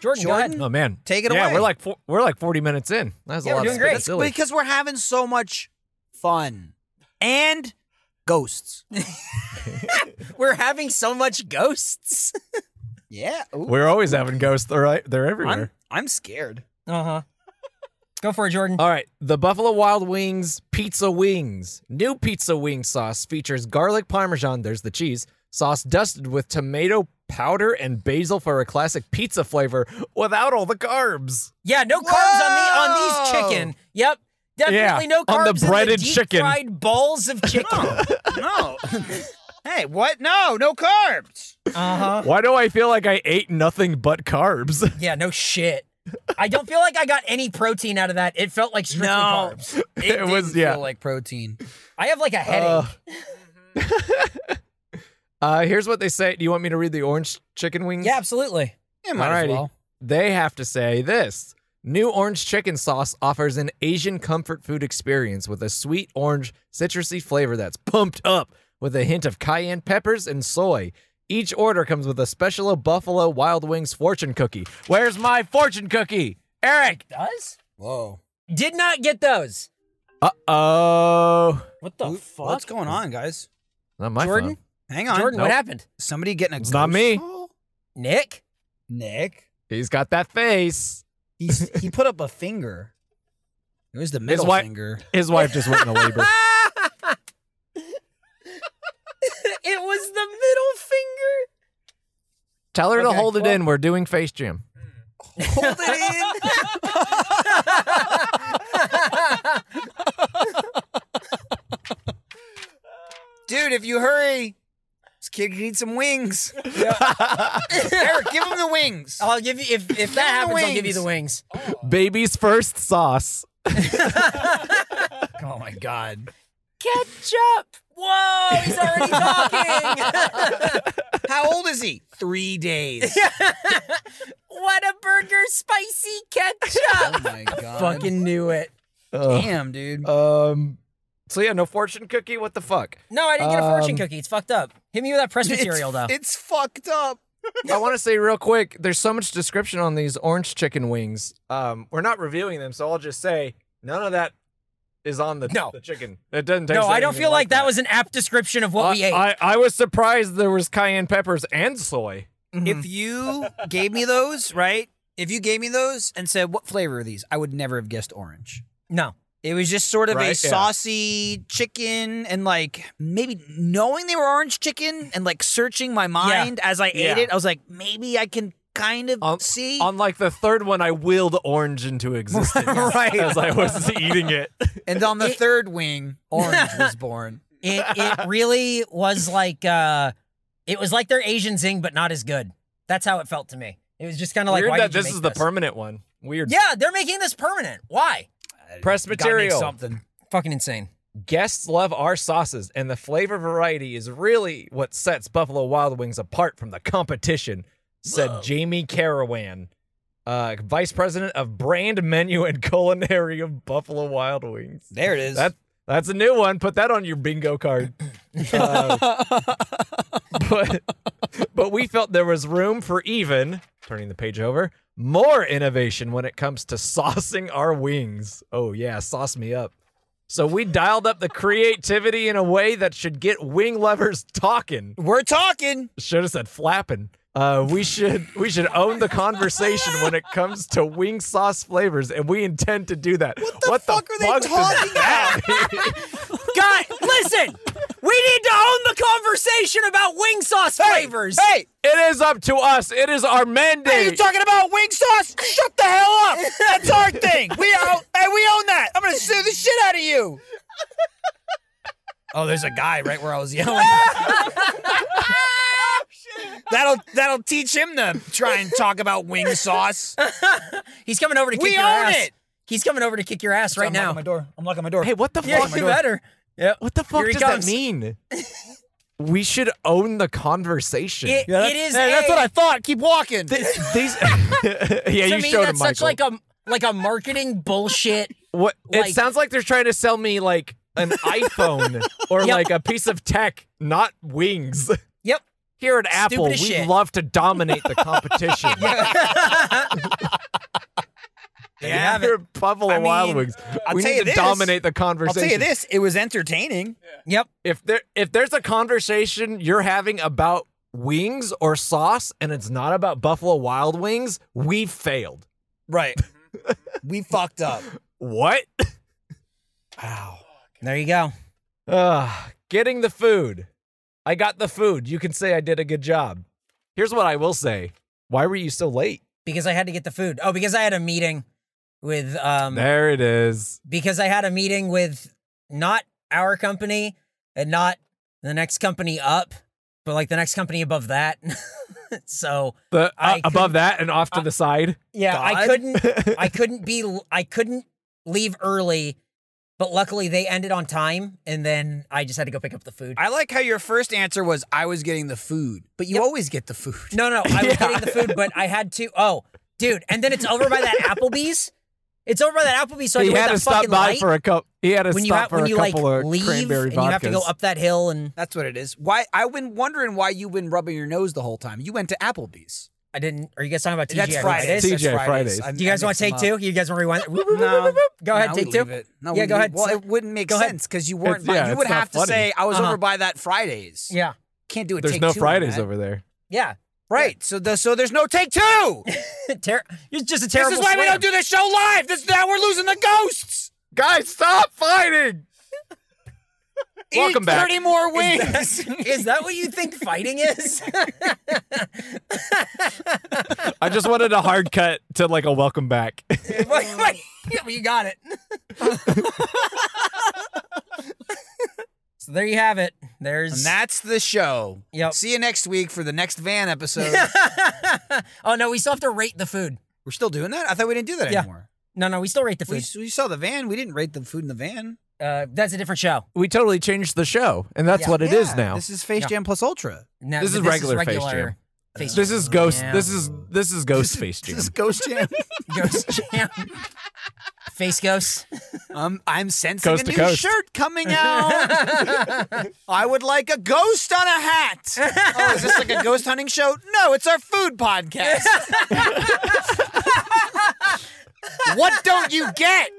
Speaker 4: Jordan, go ahead.
Speaker 2: Jordan?
Speaker 3: Oh man.
Speaker 2: Take it
Speaker 3: yeah,
Speaker 2: away.
Speaker 3: we're like four, we're like 40 minutes in. That was
Speaker 4: Yeah,
Speaker 3: a
Speaker 4: we're
Speaker 3: lot
Speaker 4: doing
Speaker 3: of
Speaker 4: great.
Speaker 3: spit and silly.
Speaker 2: because we're having so much fun and ghosts.
Speaker 4: We're having so much ghosts. [LAUGHS]
Speaker 2: Yeah,
Speaker 3: We're always having ghosts. They're right. They're everywhere.
Speaker 2: I'm I'm scared.
Speaker 4: Uh huh. Go for it, Jordan.
Speaker 3: All right, the Buffalo Wild Wings pizza wings. New pizza wing sauce features garlic parmesan. There's the cheese sauce dusted with tomato powder and basil for a classic pizza flavor without all the carbs.
Speaker 4: yeah, no carbs on the on
Speaker 2: Whoa!
Speaker 4: these chicken. Yep. Definitely
Speaker 3: Yeah,
Speaker 4: no
Speaker 3: on
Speaker 4: carbs
Speaker 3: the breaded
Speaker 4: in the deep
Speaker 3: chicken.
Speaker 4: fried balls of chicken.
Speaker 3: [LAUGHS]
Speaker 4: uh
Speaker 2: [LAUGHS] No. hey, what? No, no carbs.
Speaker 4: huh.
Speaker 3: Why do I feel like I ate nothing but carbs? [LAUGHS]
Speaker 4: Yeah, no shit. I don't feel like I got any protein out of that. It felt like strictly
Speaker 2: No.
Speaker 4: carbs.
Speaker 2: It,
Speaker 3: It was-
Speaker 2: didn't
Speaker 3: yeah.
Speaker 2: feel like protein.
Speaker 4: I have like a headache.
Speaker 3: Uh, [LAUGHS] uh, here's what they say. Do you want me to read the orange chicken wings?
Speaker 4: yeah, absolutely.
Speaker 2: It might as
Speaker 3: Alrighty.
Speaker 2: well.
Speaker 3: They have to say this. New orange chicken sauce offers an Asian comfort food experience with a sweet orange citrusy flavor that's pumped up with a hint of cayenne peppers and soy. Each order comes with a special buffalo wild wings fortune cookie. Where's my fortune cookie? Eric.
Speaker 4: Does?
Speaker 2: Whoa.
Speaker 4: Did not get those.
Speaker 3: Uh-oh.
Speaker 4: What the
Speaker 2: Who-
Speaker 4: fuck?
Speaker 2: What's going on, guys?
Speaker 3: Not my
Speaker 4: Jordan?
Speaker 3: phone.
Speaker 2: Hang on.
Speaker 4: Jordan, what happened?
Speaker 2: Somebody getting a
Speaker 3: It's not
Speaker 2: ghost
Speaker 3: me.
Speaker 2: call?
Speaker 4: Nick?
Speaker 2: Nick.
Speaker 3: He's got that face.
Speaker 2: He's, he put up a finger. It was the middle
Speaker 3: wife-
Speaker 2: finger.
Speaker 3: His wife just went into labor.
Speaker 4: it was the middle finger.
Speaker 3: Tell her to
Speaker 2: Okay,
Speaker 3: hold it
Speaker 2: well-
Speaker 3: in. We're doing face jam.
Speaker 2: Hold it in. Dude, if you hurry, this kid could eat some wings. Eric, give him the wings.
Speaker 4: I'll give you if if that happens, I'll give you the wings.
Speaker 3: Baby's first sauce.
Speaker 2: Oh my god.
Speaker 4: Ketchup. Whoa, he's already talking. [LAUGHS]
Speaker 2: How old is he? Three days.
Speaker 4: what a burger, spicy
Speaker 2: [LAUGHS]
Speaker 4: ketchup.
Speaker 2: Oh my god.
Speaker 4: Fucking knew it.
Speaker 2: damn, dude.
Speaker 3: Um. So yeah, no fortune cookie. What the fuck?
Speaker 4: No, I didn't get a fortune
Speaker 3: Um,
Speaker 4: cookie. It's fucked up. Hit me with that press material though.
Speaker 2: It's fucked up.
Speaker 3: I want to say real quick. There's so much description on these orange chicken wings. Um, we're not reviewing them, so I'll just say none of that is on the,
Speaker 4: No.
Speaker 3: the chicken. It doesn't taste.
Speaker 4: no, I don't
Speaker 3: anything
Speaker 4: feel like that was an apt description of what we ate.
Speaker 3: I, I I was surprised there was cayenne peppers and soy.
Speaker 4: Mm-hmm.
Speaker 2: If you gave me those, right? If you gave me those and said, what flavor are these? I would never have guessed orange.
Speaker 4: no.
Speaker 2: It was just sort of a
Speaker 3: Right, yeah.
Speaker 2: saucy chicken and like maybe knowing they were orange chicken and like searching my mind as I
Speaker 3: Yeah.
Speaker 2: ate it, I was like, maybe I can kind of
Speaker 3: On-
Speaker 4: E
Speaker 2: see.
Speaker 3: Unlike the third one, I willed orange into
Speaker 4: [LAUGHS]
Speaker 3: existence [LAUGHS]
Speaker 2: Right.
Speaker 3: as I was eating it.
Speaker 2: and on the third wing, orange [LAUGHS] was born.
Speaker 4: It
Speaker 2: [LAUGHS]
Speaker 4: it really was like uh it was like their Asian zing, but not as good. That's how it felt to me. It was just kind of [LAUGHS] like
Speaker 3: Weird
Speaker 4: why
Speaker 3: that
Speaker 4: did you
Speaker 3: this
Speaker 4: make
Speaker 3: is the permanent one. Weird.
Speaker 4: Yeah, they're making this permanent. Why?
Speaker 3: Press
Speaker 2: Gotta make
Speaker 3: material.
Speaker 2: something.
Speaker 4: Fucking insane.
Speaker 3: Guests love our sauces, and the flavor variety is really what sets Buffalo Wild Wings apart from the competition, said Jamie Carawan, uh, vice president of brand menu and culinary of Buffalo Wild Wings.
Speaker 2: There it is.
Speaker 3: That, that's a new one. Put that on your bingo
Speaker 2: [LAUGHS]
Speaker 3: card. Uh, but, but we felt there was room for even, turning the page over, more innovation when it comes to saucing our wings. Oh, yeah, sauce me up. So we dialed up the creativity in a way that should get wing lovers talking.
Speaker 2: we're talking.
Speaker 3: Should have said flapping. Uh, we should we should own the conversation when it comes to wing sauce flavors, and we intend to do that. What the,
Speaker 2: fuck are they
Speaker 3: fuck does
Speaker 2: talking
Speaker 3: that mean?
Speaker 4: [LAUGHS] Guy, listen. We need to own the conversation about wing sauce flavors.
Speaker 2: Hey,
Speaker 3: It is up to us. It is
Speaker 2: are
Speaker 3: our
Speaker 2: you
Speaker 3: mandate.
Speaker 2: talking about wing sauce? Shut the hell up. That's our thing. [LAUGHS] We own, hey, we own that. I'm gonna sue the shit out of you. Oh, there's a guy right where I was yelling. that'll that'll teach him to try and talk about wing [LAUGHS] sauce.
Speaker 4: [LAUGHS] He's coming over to kick
Speaker 2: We
Speaker 4: your
Speaker 2: own
Speaker 4: ass.
Speaker 2: it.
Speaker 4: He's coming over to kick your ass right
Speaker 2: I'm
Speaker 4: now.
Speaker 2: knocking my door. I'm knocking my door.
Speaker 3: hey, what the
Speaker 4: Yeah,
Speaker 3: fuck?
Speaker 4: you better. Yep.
Speaker 3: What the fuck
Speaker 4: Here he
Speaker 3: does
Speaker 4: comes.
Speaker 3: that mean? we should own the conversation.
Speaker 4: It, [LAUGHS]
Speaker 2: Yeah,
Speaker 4: it
Speaker 2: that's-
Speaker 4: is.
Speaker 2: hey, that's
Speaker 4: a-
Speaker 2: what I thought. Keep walking.
Speaker 3: Th- these, [LAUGHS] yeah,
Speaker 4: to
Speaker 3: you
Speaker 4: me,
Speaker 3: showed him,
Speaker 4: that's such
Speaker 3: Michael.
Speaker 4: like a like a marketing bullshit.
Speaker 3: what?
Speaker 4: like-
Speaker 3: it sounds like they're trying to sell me like an iPhone or
Speaker 4: Yep.
Speaker 3: like a piece of tech, not wings.
Speaker 4: Yep.
Speaker 3: Here at Apple, we
Speaker 4: as shit.
Speaker 3: love to dominate the competition.
Speaker 2: There you have it.
Speaker 3: Here at Buffalo
Speaker 2: I mean,
Speaker 3: Wild Wings,
Speaker 2: I'll
Speaker 3: we
Speaker 2: tell
Speaker 3: need
Speaker 2: you
Speaker 3: to
Speaker 2: this.
Speaker 3: dominate the
Speaker 2: I'll
Speaker 3: conversation.
Speaker 2: tell you this: it was entertaining.
Speaker 4: Yep.
Speaker 3: if there if there's a conversation you're having about wings or sauce and it's not about Buffalo Wild Wings, we failed.
Speaker 2: Right. we fucked up.
Speaker 3: What? [LAUGHS]
Speaker 4: There you go.
Speaker 3: Ugh, getting the food. I got the food. You can say I did a good job. Here's what I will say. Why were you so late?
Speaker 4: Because I had to get the food. Oh, because I had a meeting with um
Speaker 3: There it is.
Speaker 4: because I had a meeting with not our company and not the next company up, but like the next company above that. [LAUGHS] so
Speaker 3: The
Speaker 4: I
Speaker 3: uh, above that and off to the side.
Speaker 4: yeah,
Speaker 2: God.
Speaker 4: I
Speaker 3: [LAUGHS]
Speaker 4: [LAUGHS] couldn't I couldn't be I couldn't leave early, but luckily they ended on time and then I just had to go pick up the food.
Speaker 2: I like how your first answer was I was getting the food, but you always get the food.
Speaker 4: No, no, I was
Speaker 3: [LAUGHS] Yeah.
Speaker 4: getting the food, but I had to. Oh, dude, and then it's over by that Applebee's. It's over by that Applebee's, so I
Speaker 3: he
Speaker 4: had
Speaker 3: had to
Speaker 4: to wait that
Speaker 3: stop
Speaker 4: fucking
Speaker 3: by
Speaker 4: light.
Speaker 3: for a cup. He had to
Speaker 4: when you
Speaker 3: stop
Speaker 4: ha-
Speaker 3: for
Speaker 4: when
Speaker 3: a
Speaker 4: you like
Speaker 3: couple of
Speaker 4: leave
Speaker 3: cranberry
Speaker 4: and you have to go
Speaker 3: vodkas.
Speaker 4: up that hill, and
Speaker 2: That's what it is. Why I've been wondering why you've been rubbing your nose the whole time. You went to Applebee's.
Speaker 4: I didn't. Are you guys talking about TGI?
Speaker 2: That's Fridays.
Speaker 4: Fridays?
Speaker 3: TGI
Speaker 2: That's
Speaker 3: Fridays.
Speaker 2: I'm-
Speaker 4: Do you guys
Speaker 2: I
Speaker 4: want to
Speaker 2: mixed them
Speaker 4: take
Speaker 2: up.
Speaker 4: two? You guys want to
Speaker 2: [LAUGHS]
Speaker 4: rewind?
Speaker 2: No.
Speaker 4: [LAUGHS] Go ahead,
Speaker 2: No,
Speaker 4: take
Speaker 2: we
Speaker 4: two.
Speaker 2: leave it. No,
Speaker 4: Yeah,
Speaker 2: we
Speaker 4: go
Speaker 2: leave-
Speaker 4: ahead.
Speaker 2: Well, it wouldn't make
Speaker 4: Go ahead.
Speaker 2: sense because you weren't.
Speaker 3: It's-
Speaker 2: by-
Speaker 3: yeah,
Speaker 2: you
Speaker 3: it's
Speaker 2: would
Speaker 3: not
Speaker 2: have to
Speaker 3: funny.
Speaker 2: say I was
Speaker 4: Uh-huh.
Speaker 2: over by that Fridays.
Speaker 4: Yeah,
Speaker 2: can't do it.
Speaker 3: There's
Speaker 2: take
Speaker 3: no
Speaker 2: two on
Speaker 3: Fridays
Speaker 2: that.
Speaker 3: over there.
Speaker 4: yeah. [LAUGHS]
Speaker 2: Right. So the, so there's no take [LAUGHS] two.
Speaker 4: Ter- you're just a
Speaker 2: this is
Speaker 4: terrible.
Speaker 2: why we
Speaker 4: slam.
Speaker 2: don't do this show live. This is how we're losing the ghosts.
Speaker 3: Guys, stop fighting! Welcome
Speaker 2: Eat
Speaker 3: back.
Speaker 2: Thirty more [LAUGHS] wings.
Speaker 4: [LAUGHS] Is that what you think fighting is? [LAUGHS]
Speaker 3: I just wanted a hard cut to like a welcome back. [LAUGHS]
Speaker 4: Wait, wait. Yeah, well, you got it. [LAUGHS] so there you have it. There's
Speaker 2: and that's the show.
Speaker 4: Yep.
Speaker 2: See you next week for the next van episode.
Speaker 4: [LAUGHS] oh no, we still have to rate the food.
Speaker 2: we're still doing that. I thought we didn't do that
Speaker 4: Yeah.
Speaker 2: anymore.
Speaker 4: No, no, we still rate the
Speaker 2: We,
Speaker 4: food.
Speaker 2: s- we saw the van. We didn't rate the food in the van.
Speaker 4: Uh, that's a different show.
Speaker 3: we totally changed the show, and that's
Speaker 4: Yeah.
Speaker 3: what it is now.
Speaker 2: This is Face
Speaker 4: Yeah.
Speaker 2: Jam plus Ultra.
Speaker 4: No,
Speaker 3: This is
Speaker 4: but
Speaker 3: regular Face Jam.
Speaker 4: Face Jam.
Speaker 3: This is ghost.
Speaker 4: Yeah.
Speaker 3: This is this is ghost face jam.
Speaker 2: This is Ghost Jam.
Speaker 4: [LAUGHS]
Speaker 3: [LAUGHS]
Speaker 4: Ghost Jam. Face Ghost.
Speaker 2: um, I'm sensing
Speaker 3: Coast
Speaker 2: a
Speaker 3: to
Speaker 2: new
Speaker 3: coast.
Speaker 2: shirt coming out.
Speaker 4: [LAUGHS]
Speaker 2: I would like a ghost on a hat. oh, is this like a ghost hunting show? No, it's our food podcast. what don't you get?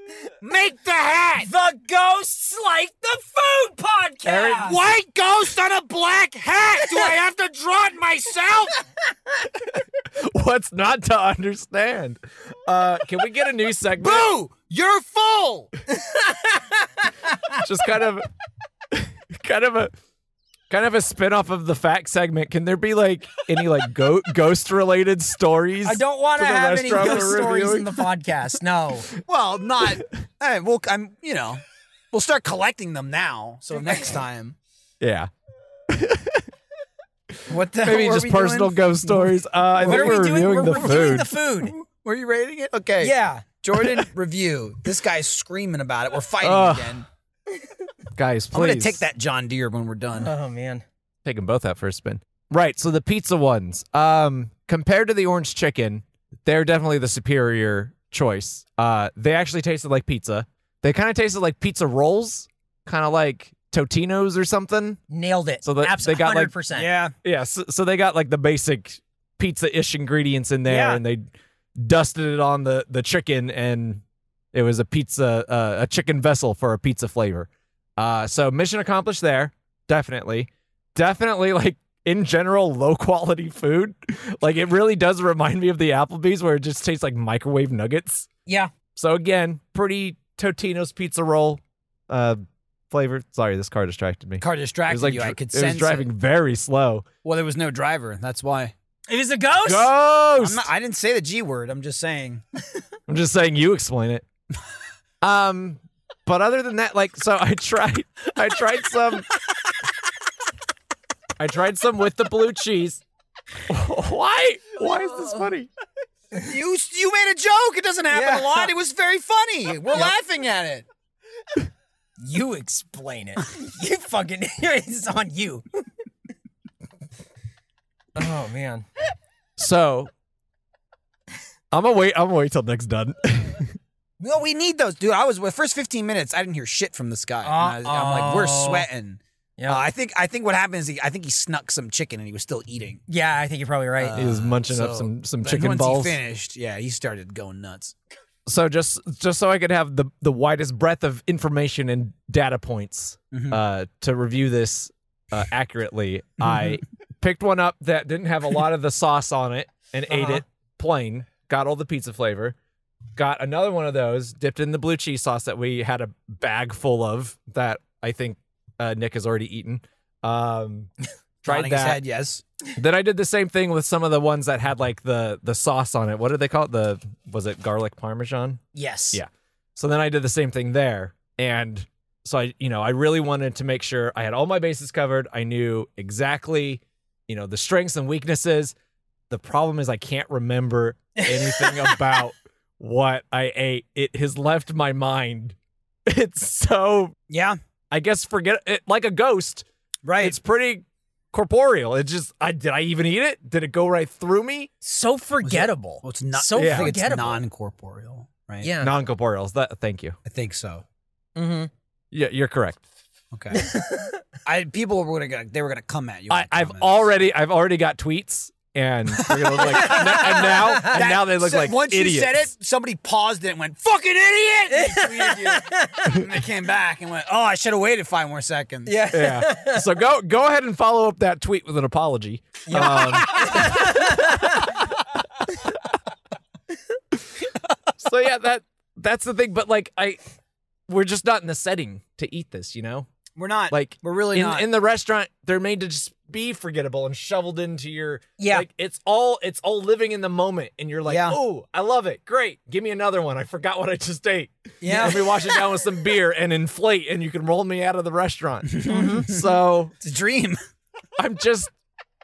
Speaker 2: Make the hat.
Speaker 4: the Ghosts Like the Food Podcast.
Speaker 2: White ghost on a black hat. Do I have to draw it myself?
Speaker 3: [LAUGHS] What's not to understand? Uh, can we get a new segment?
Speaker 2: Boo! You're full.
Speaker 3: Just kind of, kind of a, kind of a spin-off of the fact segment. Can there be like any like go- ghost related stories?
Speaker 4: I don't want to
Speaker 3: To the
Speaker 4: have any
Speaker 3: restaurant
Speaker 4: ghost
Speaker 3: we're
Speaker 4: stories in
Speaker 3: reviewing.
Speaker 4: the podcast.
Speaker 3: [LAUGHS]
Speaker 4: No.
Speaker 2: Well,
Speaker 4: [LAUGHS]
Speaker 2: not. Hey, well, I'm. You know, we'll start collecting them now. So next time.
Speaker 3: Yeah,
Speaker 2: What the?
Speaker 3: [LAUGHS] maybe
Speaker 2: were
Speaker 3: just
Speaker 2: we
Speaker 3: personal
Speaker 2: doing?
Speaker 3: ghost stories. Uh, I
Speaker 4: [LAUGHS] What
Speaker 3: think
Speaker 4: are we
Speaker 3: we're
Speaker 4: doing?
Speaker 3: reviewing
Speaker 4: We're
Speaker 3: the
Speaker 4: reviewing
Speaker 3: food.
Speaker 4: the food.
Speaker 2: Were you rating it? Okay.
Speaker 4: Yeah.
Speaker 2: Jordan, [LAUGHS] review. This guy's screaming about it. We're fighting
Speaker 3: Ugh,
Speaker 2: again.
Speaker 3: Guys, please
Speaker 2: I'm gonna take that John Deere when we're done.
Speaker 4: Oh man.
Speaker 3: Take them both out for a spin. Right. So the pizza ones, um, compared to the orange chicken, they're definitely the superior choice. Uh, they actually tasted like pizza. They kind of tasted like pizza rolls, kind of like Totino's or something.
Speaker 4: Nailed it.
Speaker 3: So the-
Speaker 4: Abs-
Speaker 3: they got, like-
Speaker 4: 100%.
Speaker 2: yeah.
Speaker 3: Yeah. So, so they got like the basic pizza-ish ingredients in there,
Speaker 2: Yeah.
Speaker 3: and they dusted it on the the chicken, and it was a pizza, uh, a chicken vessel for a pizza flavor. Uh, so mission accomplished there. Definitely, definitely like. In general, low quality food. [LAUGHS] Like it really does remind me of the Applebee's where it just tastes like microwave nuggets.
Speaker 4: Yeah.
Speaker 3: So again, pretty Totino's pizza roll uh flavor. Sorry, this car distracted me.
Speaker 2: Car
Speaker 3: it
Speaker 2: distracted
Speaker 3: was like
Speaker 2: you.
Speaker 3: dr-
Speaker 2: I could
Speaker 3: it
Speaker 2: sense
Speaker 3: was driving very slow.
Speaker 2: Well, there was no driver. That's why.
Speaker 4: It is a ghost.
Speaker 3: Ghost.
Speaker 2: I'm not, I didn't say the G word. I'm just saying.
Speaker 3: I'm just saying you explain it. [LAUGHS] Um, but other than that, like, so I tried, I tried some, I tried some with the blue cheese. Why? Why is this funny?
Speaker 2: You you made a joke. It doesn't happen
Speaker 4: Yeah.
Speaker 2: a lot. It was very
Speaker 3: [LAUGHS]
Speaker 2: funny. We're laughing at it.
Speaker 4: You explain it. you fucking [LAUGHS] it's on
Speaker 3: [LAUGHS]
Speaker 4: you. oh man.
Speaker 3: So I'm gonna wait. I'm gonna wait till Nick's done.
Speaker 2: No, we need those, dude. I was the first 15 minutes. I didn't hear shit from this guy. And I, am like, we're
Speaker 4: Uh-oh.
Speaker 2: sweating.
Speaker 4: Yeah.
Speaker 2: Uh, I think I think what happened is he, I think he snuck some chicken and he was still eating.
Speaker 4: yeah, I think you're probably right.
Speaker 2: Uh,
Speaker 3: [LAUGHS] He was munching up
Speaker 2: so-
Speaker 3: some some
Speaker 2: But
Speaker 3: chicken
Speaker 2: once
Speaker 3: balls.
Speaker 2: he finished, yeah, he started going nuts.
Speaker 3: So just just so I could have the the widest breadth of information and data points. uh, to review this uh, accurately,
Speaker 2: [LAUGHS]
Speaker 3: I picked one up that didn't have a lot of the sauce on it and ate
Speaker 4: Uh-huh.
Speaker 3: it plain. Got all the pizza flavor. Got another one of those dipped in the blue cheese sauce that we had a bag full of that I think uh, Nick has already eaten.
Speaker 2: [LAUGHS]
Speaker 3: Um, tried
Speaker 2: Nodding his
Speaker 3: that.
Speaker 2: head, yes.
Speaker 3: Then I did the same thing with some of the ones that had like the the sauce on it. What did they call it? The was it garlic parmesan?
Speaker 4: yes.
Speaker 3: Yeah. So then I did the same thing there. And so I, you know, I really wanted to make sure I had all my bases covered. I knew exactly, you know, the strengths and weaknesses. The problem is I can't remember anything about what I ate. It has left my mind. [LAUGHS] It's so
Speaker 2: Yeah,
Speaker 3: I guess forget it like a ghost.
Speaker 2: right.
Speaker 3: It's pretty corporeal. It just I did I even eat it? Did it go right through me?
Speaker 4: So forgettable.
Speaker 2: well, it's not
Speaker 4: so
Speaker 2: I think it's
Speaker 4: forgettable.
Speaker 2: non-corporeal, right?
Speaker 4: yeah.
Speaker 3: Non corporeals. That thank you.
Speaker 2: I think so.
Speaker 5: Mm-hmm.
Speaker 3: Yeah, you're correct.
Speaker 2: Okay.
Speaker 3: [LAUGHS]
Speaker 2: I people were gonna go- they were gonna come at you. in
Speaker 3: I,
Speaker 2: the
Speaker 3: I've
Speaker 2: comments.
Speaker 3: already I've already got tweets and they're gonna look like,
Speaker 2: [LAUGHS]
Speaker 3: and now and
Speaker 2: That-
Speaker 3: now they look
Speaker 2: so
Speaker 3: like
Speaker 2: once
Speaker 3: idiots.
Speaker 2: you said it, somebody paused it and went, "Fucking
Speaker 3: [LAUGHS]
Speaker 2: idiot!" And they tweeted you. and they came back and went, "Oh, I should have waited five more seconds."
Speaker 5: Yeah.
Speaker 3: [LAUGHS] Yeah. So go go ahead and follow up that tweet with an apology.
Speaker 2: [LAUGHS]
Speaker 3: Um, so yeah, that that's the thing. But like I, we're just not in the setting to eat this. You know,
Speaker 2: we're not
Speaker 3: like
Speaker 2: we're really
Speaker 3: in
Speaker 2: not.
Speaker 3: in the restaurant, they're made to just be forgettable and shoveled into your.
Speaker 4: Yeah.
Speaker 3: Like it's all it's all living in the moment, and you're like,
Speaker 2: Yeah.
Speaker 3: oh, I love it. Great, give me another one. I forgot what I just ate.
Speaker 2: yeah,
Speaker 3: Let me wash it down with some beer and inflate, and you can roll me out of the restaurant. So
Speaker 2: it's a
Speaker 3: [LAUGHS]
Speaker 2: dream.
Speaker 3: I'm just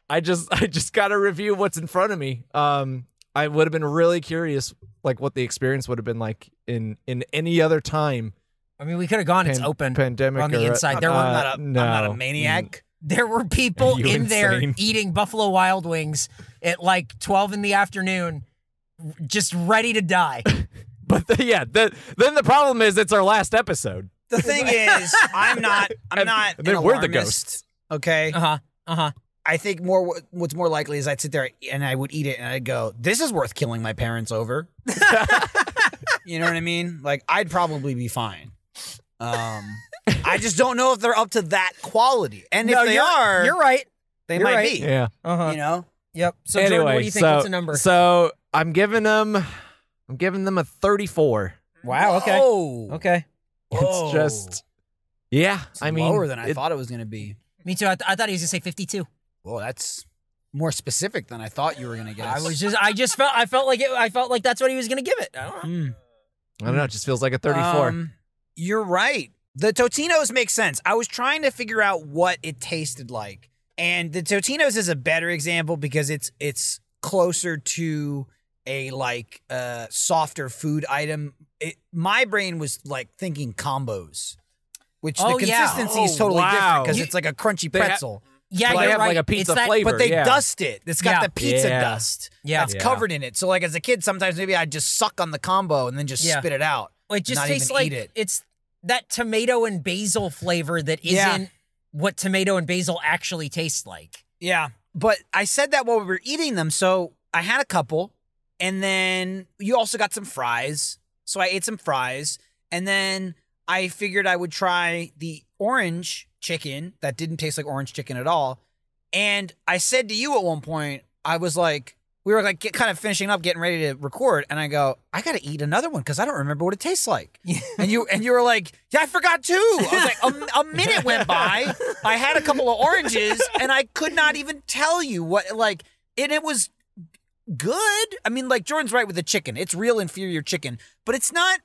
Speaker 3: I just I just gotta review what's in front of me. Um I would have been really curious like what the experience would have been like in in any other time.
Speaker 4: I mean, we could have gone. it's
Speaker 3: Pan-
Speaker 4: open.
Speaker 3: pandemic
Speaker 4: on the
Speaker 3: or-
Speaker 4: inside. There were-
Speaker 2: I'm not a am not
Speaker 3: no.
Speaker 2: a
Speaker 3: mm.
Speaker 2: maniac.
Speaker 4: There were people
Speaker 3: [LAUGHS] you
Speaker 4: in there
Speaker 3: insane?
Speaker 4: eating Buffalo Wild Wings at like 12 in the afternoon, just ready to die.
Speaker 3: But the- yeah, the, then the problem is it's our last episode.
Speaker 2: The thing is, I'm not. I'm
Speaker 3: [LAUGHS] And-
Speaker 2: not.
Speaker 3: and then
Speaker 2: an
Speaker 3: we're the
Speaker 2: alarmist,
Speaker 3: ghosts. Uh-huh.
Speaker 2: Okay.
Speaker 4: Uh huh. Uh huh.
Speaker 2: I think more what- what's more likely is I'd sit there and I would eat it and I'd go, this is worth killing my parents over. [LAUGHS] you know what I mean? Like I'd probably be fine. Um, I just don't know if they're up to that quality. And if they
Speaker 4: you're,
Speaker 2: are,
Speaker 4: You're right.
Speaker 2: they
Speaker 4: you're
Speaker 2: might
Speaker 4: right.
Speaker 2: be.
Speaker 3: Yeah.
Speaker 4: Uh huh.
Speaker 2: You know?
Speaker 4: Yep. So,
Speaker 3: Uh-huh. anyway,
Speaker 4: Jordan, what do you think?
Speaker 3: So,
Speaker 4: What's the number?
Speaker 3: So I'm giving them I'm giving them a 34.
Speaker 4: wow. Okay.
Speaker 2: Whoa.
Speaker 4: Okay.
Speaker 2: Whoa.
Speaker 3: It's just yeah,
Speaker 2: It's
Speaker 3: I mean
Speaker 2: lower than I
Speaker 3: it-
Speaker 2: thought it was going to be.
Speaker 4: Me too. I, th- I thought he was gonna say 52.
Speaker 2: Whoa, that's more specific than I thought you were going to get.
Speaker 4: I was just. I just felt. I felt like it. I felt like that's what he was gonna give it. I don't know.
Speaker 2: Mm.
Speaker 3: I don't know, it just feels like a 34.
Speaker 2: Um, you're right. The Totinos make sense. I was trying to figure out what it tasted like, and the Totinos is a better example because it's it's closer to a like uh softer food item. It, my brain was like thinking combos, which
Speaker 4: Oh,
Speaker 2: the
Speaker 4: yeah.
Speaker 2: consistency is
Speaker 3: Oh,
Speaker 2: totally different
Speaker 3: wow.
Speaker 2: because
Speaker 3: You-
Speaker 2: it's like a crunchy
Speaker 3: They ha-
Speaker 2: pretzel,
Speaker 4: Yeah,
Speaker 3: Well, I
Speaker 4: you're
Speaker 3: have, like,
Speaker 4: right.
Speaker 3: a
Speaker 4: It's
Speaker 3: pizza
Speaker 4: that-
Speaker 3: flavor.
Speaker 2: but they
Speaker 3: yeah.
Speaker 2: dust it. It's got
Speaker 4: Yeah.
Speaker 2: the pizza
Speaker 3: Yeah.
Speaker 2: dust.
Speaker 4: Yeah.
Speaker 2: That's
Speaker 3: Yeah.
Speaker 2: covered in it. So like as a kid, sometimes maybe I'd just suck on the combo and then just
Speaker 4: Yeah.
Speaker 2: spit it out.
Speaker 4: Well, It just
Speaker 2: not
Speaker 4: tastes
Speaker 2: even
Speaker 4: like
Speaker 2: eat it.
Speaker 4: it's that tomato and basil flavor that isn't
Speaker 2: Yeah.
Speaker 4: what tomato and basil actually taste like.
Speaker 2: Yeah. But I said that while we were eating them, so I had a couple, and then you also got some fries. So I ate some fries, and then I figured I would try the orange chicken that didn't taste like orange chicken at all. And I said to you at one point, I was like, we were like get, kind of finishing up, getting ready to record, and I go, I gotta eat another one because I don't remember what it tastes like. and you and you were like, yeah, I forgot too. I was like, a, a minute went by. I had a couple of oranges, and I could not even tell you what like. And it was good. I mean, like Jordan's right with the chicken. It's real inferior chicken, but it's not.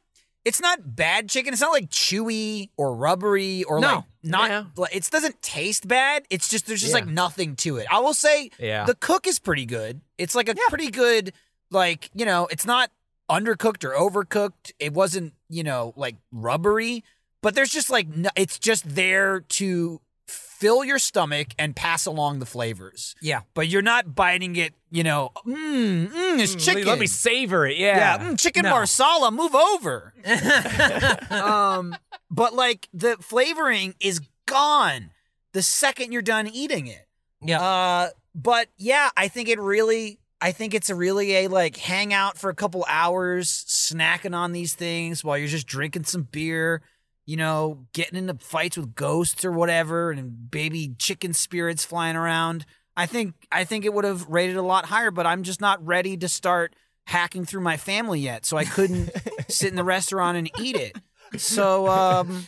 Speaker 2: It's not bad chicken. It's not like chewy or rubbery or
Speaker 4: No.
Speaker 2: like not.
Speaker 3: Yeah.
Speaker 2: like, It doesn't taste bad. It's just there's just
Speaker 3: Yeah.
Speaker 2: like nothing to it. I will say
Speaker 3: yeah.
Speaker 2: the cook is pretty good. It's like a pretty good, like, you know, it's not undercooked or overcooked. It wasn't, you know, like rubbery, but there's just like, no, it's just there to fill your stomach and pass along the flavors.
Speaker 4: Yeah.
Speaker 2: But you're not biting it, you know, mmm, mmm, it's
Speaker 3: Mm, let me-
Speaker 2: chicken.
Speaker 3: Let me savor it.
Speaker 2: yeah,
Speaker 3: Yeah.
Speaker 2: mm, chicken
Speaker 4: No.
Speaker 2: marsala, move over.
Speaker 4: yeah.
Speaker 2: um, but like the flavoring is gone the second you're done eating it. Uh, but yeah, I think it really, I think it's a really a like hang out for a couple hours, snacking on these things while you're just drinking some beer, you know, getting into fights with ghosts or whatever, and baby chicken spirits flying around. I think, I think it would have rated a lot higher, but I'm just not ready to start hacking through my family yet, so I couldn't sit in the restaurant and eat it. So um,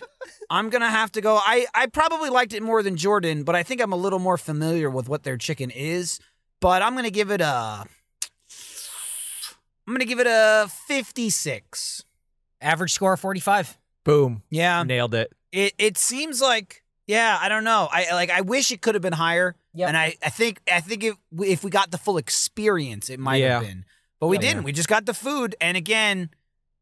Speaker 2: I'm gonna have to go. I I probably liked it more than Jordan, but I think I'm a little more familiar with what their chicken is. But I'm gonna give it a. I'm gonna give it a 56.
Speaker 4: Average score 45.
Speaker 3: Boom.
Speaker 2: Yeah, Um,
Speaker 3: Nailed it.
Speaker 2: it it seems like Yeah, I don't know. I like. I wish it could have been higher.
Speaker 4: Yep.
Speaker 2: And I, I think, I think if if we got the full experience, it might
Speaker 3: Yeah.
Speaker 2: have been. But we
Speaker 4: Yep.
Speaker 2: didn't. We just got the food, and again,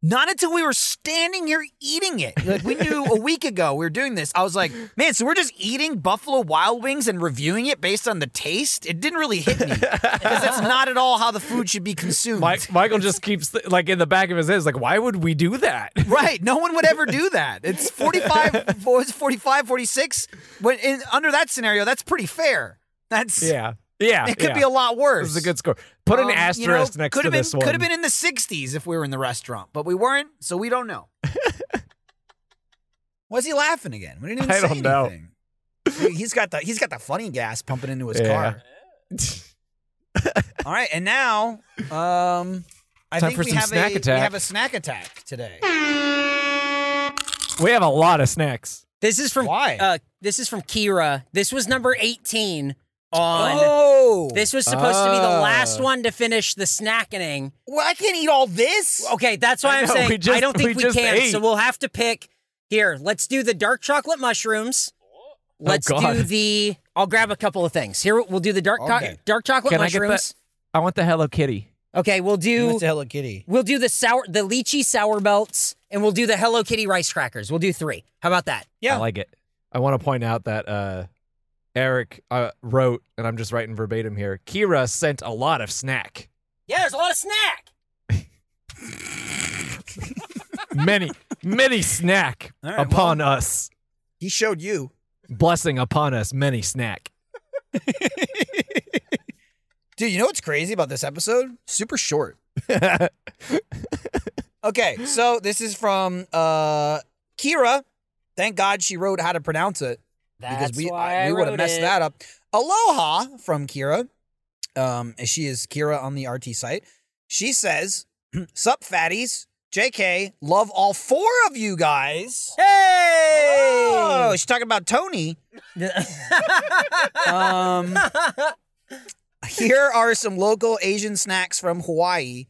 Speaker 2: not until we were standing here eating it. Like we knew a week ago we were doing this. I was like, man, so we're just eating Buffalo Wild Wings and reviewing it based on the taste. It didn't really hit
Speaker 3: [LAUGHS]
Speaker 2: me because that's not at all how the food should be consumed.
Speaker 3: Mi- Michael just keeps like in the back of his head, it's like, why would we do that?
Speaker 2: [LAUGHS] Right. No one would ever
Speaker 3: [LAUGHS]
Speaker 2: do that. It's 45, what was it, 45, 46. When, in, under that scenario, that's pretty fair. That's
Speaker 3: Yeah, yeah.
Speaker 2: It could
Speaker 3: yeah.
Speaker 2: be a lot worse.
Speaker 3: This is a good score. Put
Speaker 2: Um,
Speaker 3: an
Speaker 2: you know,
Speaker 3: asterisk next to
Speaker 2: could've been,
Speaker 3: this one.
Speaker 2: Could have been in the 60s if we were in the restaurant, but we weren't, so we don't
Speaker 3: [LAUGHS]
Speaker 2: know. Why's he laughing again? We didn't even
Speaker 3: I
Speaker 2: say
Speaker 3: don't know.
Speaker 2: anything. He- He's got the he's got the funny gas pumping into his
Speaker 3: Yeah.
Speaker 2: car.
Speaker 3: [LAUGHS]
Speaker 2: All right, and now um, I
Speaker 3: Time
Speaker 2: think
Speaker 3: for
Speaker 2: we
Speaker 3: some
Speaker 2: have
Speaker 3: snack
Speaker 2: a
Speaker 3: attack.
Speaker 2: we have a snack attack today.
Speaker 3: we have a lot of snacks.
Speaker 4: This is from
Speaker 2: Why?
Speaker 4: Uh, this is from Kira. This was number 18 on.
Speaker 2: oh,
Speaker 4: This was supposed to be the
Speaker 3: Oh.
Speaker 4: last one to finish the snackening.
Speaker 2: well, I can't eat all this.
Speaker 4: Okay, that's why
Speaker 3: I
Speaker 4: I'm
Speaker 3: know,
Speaker 4: saying
Speaker 3: we just-
Speaker 4: I don't think
Speaker 3: we
Speaker 4: we,
Speaker 3: just
Speaker 4: can.
Speaker 3: ate.
Speaker 4: So we'll have to pick. Here, let's do the dark chocolate mushrooms.
Speaker 2: Oh,
Speaker 4: Let's
Speaker 3: God.
Speaker 4: do the. I'll grab a couple of things. Here, we'll do the dark co-
Speaker 2: Okay.
Speaker 4: dark chocolate
Speaker 3: Can I get
Speaker 4: mushrooms.
Speaker 3: I want the Hello Kitty.
Speaker 4: Okay, we'll
Speaker 2: You
Speaker 4: do
Speaker 2: went to Hello Kitty.
Speaker 4: we'll do the sour the lychee sour belts, and we'll do the Hello Kitty rice crackers. We'll do three. How about that?
Speaker 2: Yeah.
Speaker 3: I like it. I want to point out that uh, Eric uh, wrote, and I'm just writing verbatim here. Kira sent a lot of snack,
Speaker 4: Yeah, there's a lot of snack.
Speaker 2: [LAUGHS]
Speaker 3: many, many snack
Speaker 2: All right,
Speaker 3: upon us,
Speaker 2: He showed you.
Speaker 3: blessing upon us,
Speaker 2: [LAUGHS]
Speaker 3: many snack.
Speaker 2: Dude, you know what's crazy about this episode? Super short. Okay, so this is from uh Kira. Thank God she wrote how to pronounce it because we I- we would have messed that up. Aloha from Kira. Um, she is Kira on the RT site. She says, [CLEARS THROAT] "Sup, fatties. JK, love all four of you guys."
Speaker 4: Hey!
Speaker 2: Oh, she's talking about Tony. Um, here are some local Asian snacks from Hawaii.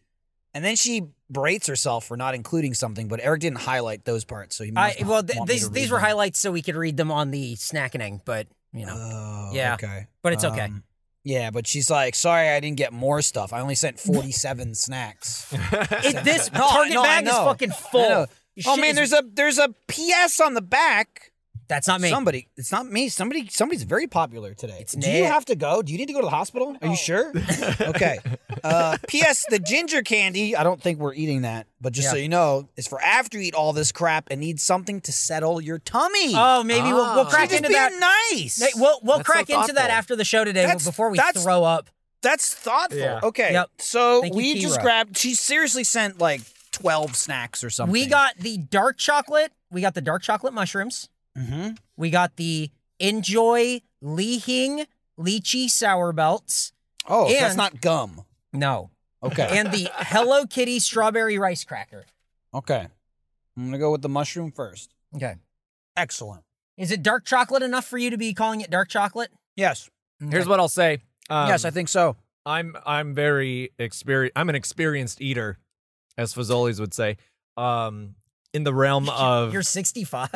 Speaker 2: And then she berates herself for not including something, but Eric didn't highlight those parts, so he
Speaker 4: [LAUGHS] I,
Speaker 2: must not
Speaker 4: well, th-
Speaker 2: want me to
Speaker 4: these
Speaker 2: read
Speaker 4: these were
Speaker 2: them.
Speaker 4: highlights, so we could read them on the snackening. But you know,
Speaker 2: Oh,
Speaker 4: Yeah.
Speaker 2: Okay.
Speaker 4: but it's okay.
Speaker 2: Um, yeah, but she's like, sorry, I didn't get more stuff. I only sent 47
Speaker 4: [LAUGHS]
Speaker 2: snacks. [LAUGHS]
Speaker 4: It, this
Speaker 2: No, I-
Speaker 4: target
Speaker 2: no, I
Speaker 4: bag is
Speaker 2: know.
Speaker 4: fucking
Speaker 2: I
Speaker 4: full.
Speaker 2: know.
Speaker 4: Shit
Speaker 2: Oh man,
Speaker 4: is-
Speaker 2: there's a there's a PS on the back.
Speaker 4: [LAUGHS] that's not me.
Speaker 2: Somebody, it's not me. Somebody, somebody's very popular today.
Speaker 4: It's
Speaker 2: Do you
Speaker 4: Nick.
Speaker 2: have to go? Do you need to go to the hospital? Are you
Speaker 4: [LAUGHS]
Speaker 2: sure? okay. Uh, P.S. The ginger candy. I don't think we're eating that, but just
Speaker 4: Yeah.
Speaker 2: so you know, is for after you eat all this crap and need something to settle your tummy.
Speaker 4: Oh, maybe we'll, we'll
Speaker 3: Ah.
Speaker 4: crack
Speaker 2: She's
Speaker 4: into
Speaker 2: being
Speaker 4: that.
Speaker 2: nice.
Speaker 4: Hey, We'll we'll
Speaker 3: That's so
Speaker 4: crack into that
Speaker 3: thoughtful.
Speaker 4: after the show today
Speaker 2: That's-
Speaker 4: before we
Speaker 2: that's-
Speaker 4: throw up.
Speaker 2: That's thoughtful.
Speaker 3: Yeah.
Speaker 2: Okay.
Speaker 4: Yep.
Speaker 2: So
Speaker 4: Thank you,
Speaker 2: we just
Speaker 4: Kira.
Speaker 2: grabbed. She seriously sent like twelve snacks or something.
Speaker 4: We got the dark chocolate. We got the dark chocolate mushrooms.
Speaker 2: hmm
Speaker 4: We got the enjoy Lihing lychee sour belts.
Speaker 2: Oh, so that's
Speaker 4: And-
Speaker 2: not gum.
Speaker 4: No,
Speaker 2: Okay.
Speaker 4: and
Speaker 2: [LAUGHS]
Speaker 4: the Hello Kitty strawberry rice cracker.
Speaker 2: okay. I'm gonna go with the mushroom first.
Speaker 4: Okay,
Speaker 2: Excellent.
Speaker 4: is it dark chocolate enough for you to be calling it dark chocolate?
Speaker 2: Yes.
Speaker 3: Here's what I'll say. Um,
Speaker 2: yes, I think so.
Speaker 3: I'm I'm very experienced. I'm an experienced eater, as Fazoli's would say. Um, in the
Speaker 2: [LAUGHS]
Speaker 3: realm of
Speaker 4: You're 65.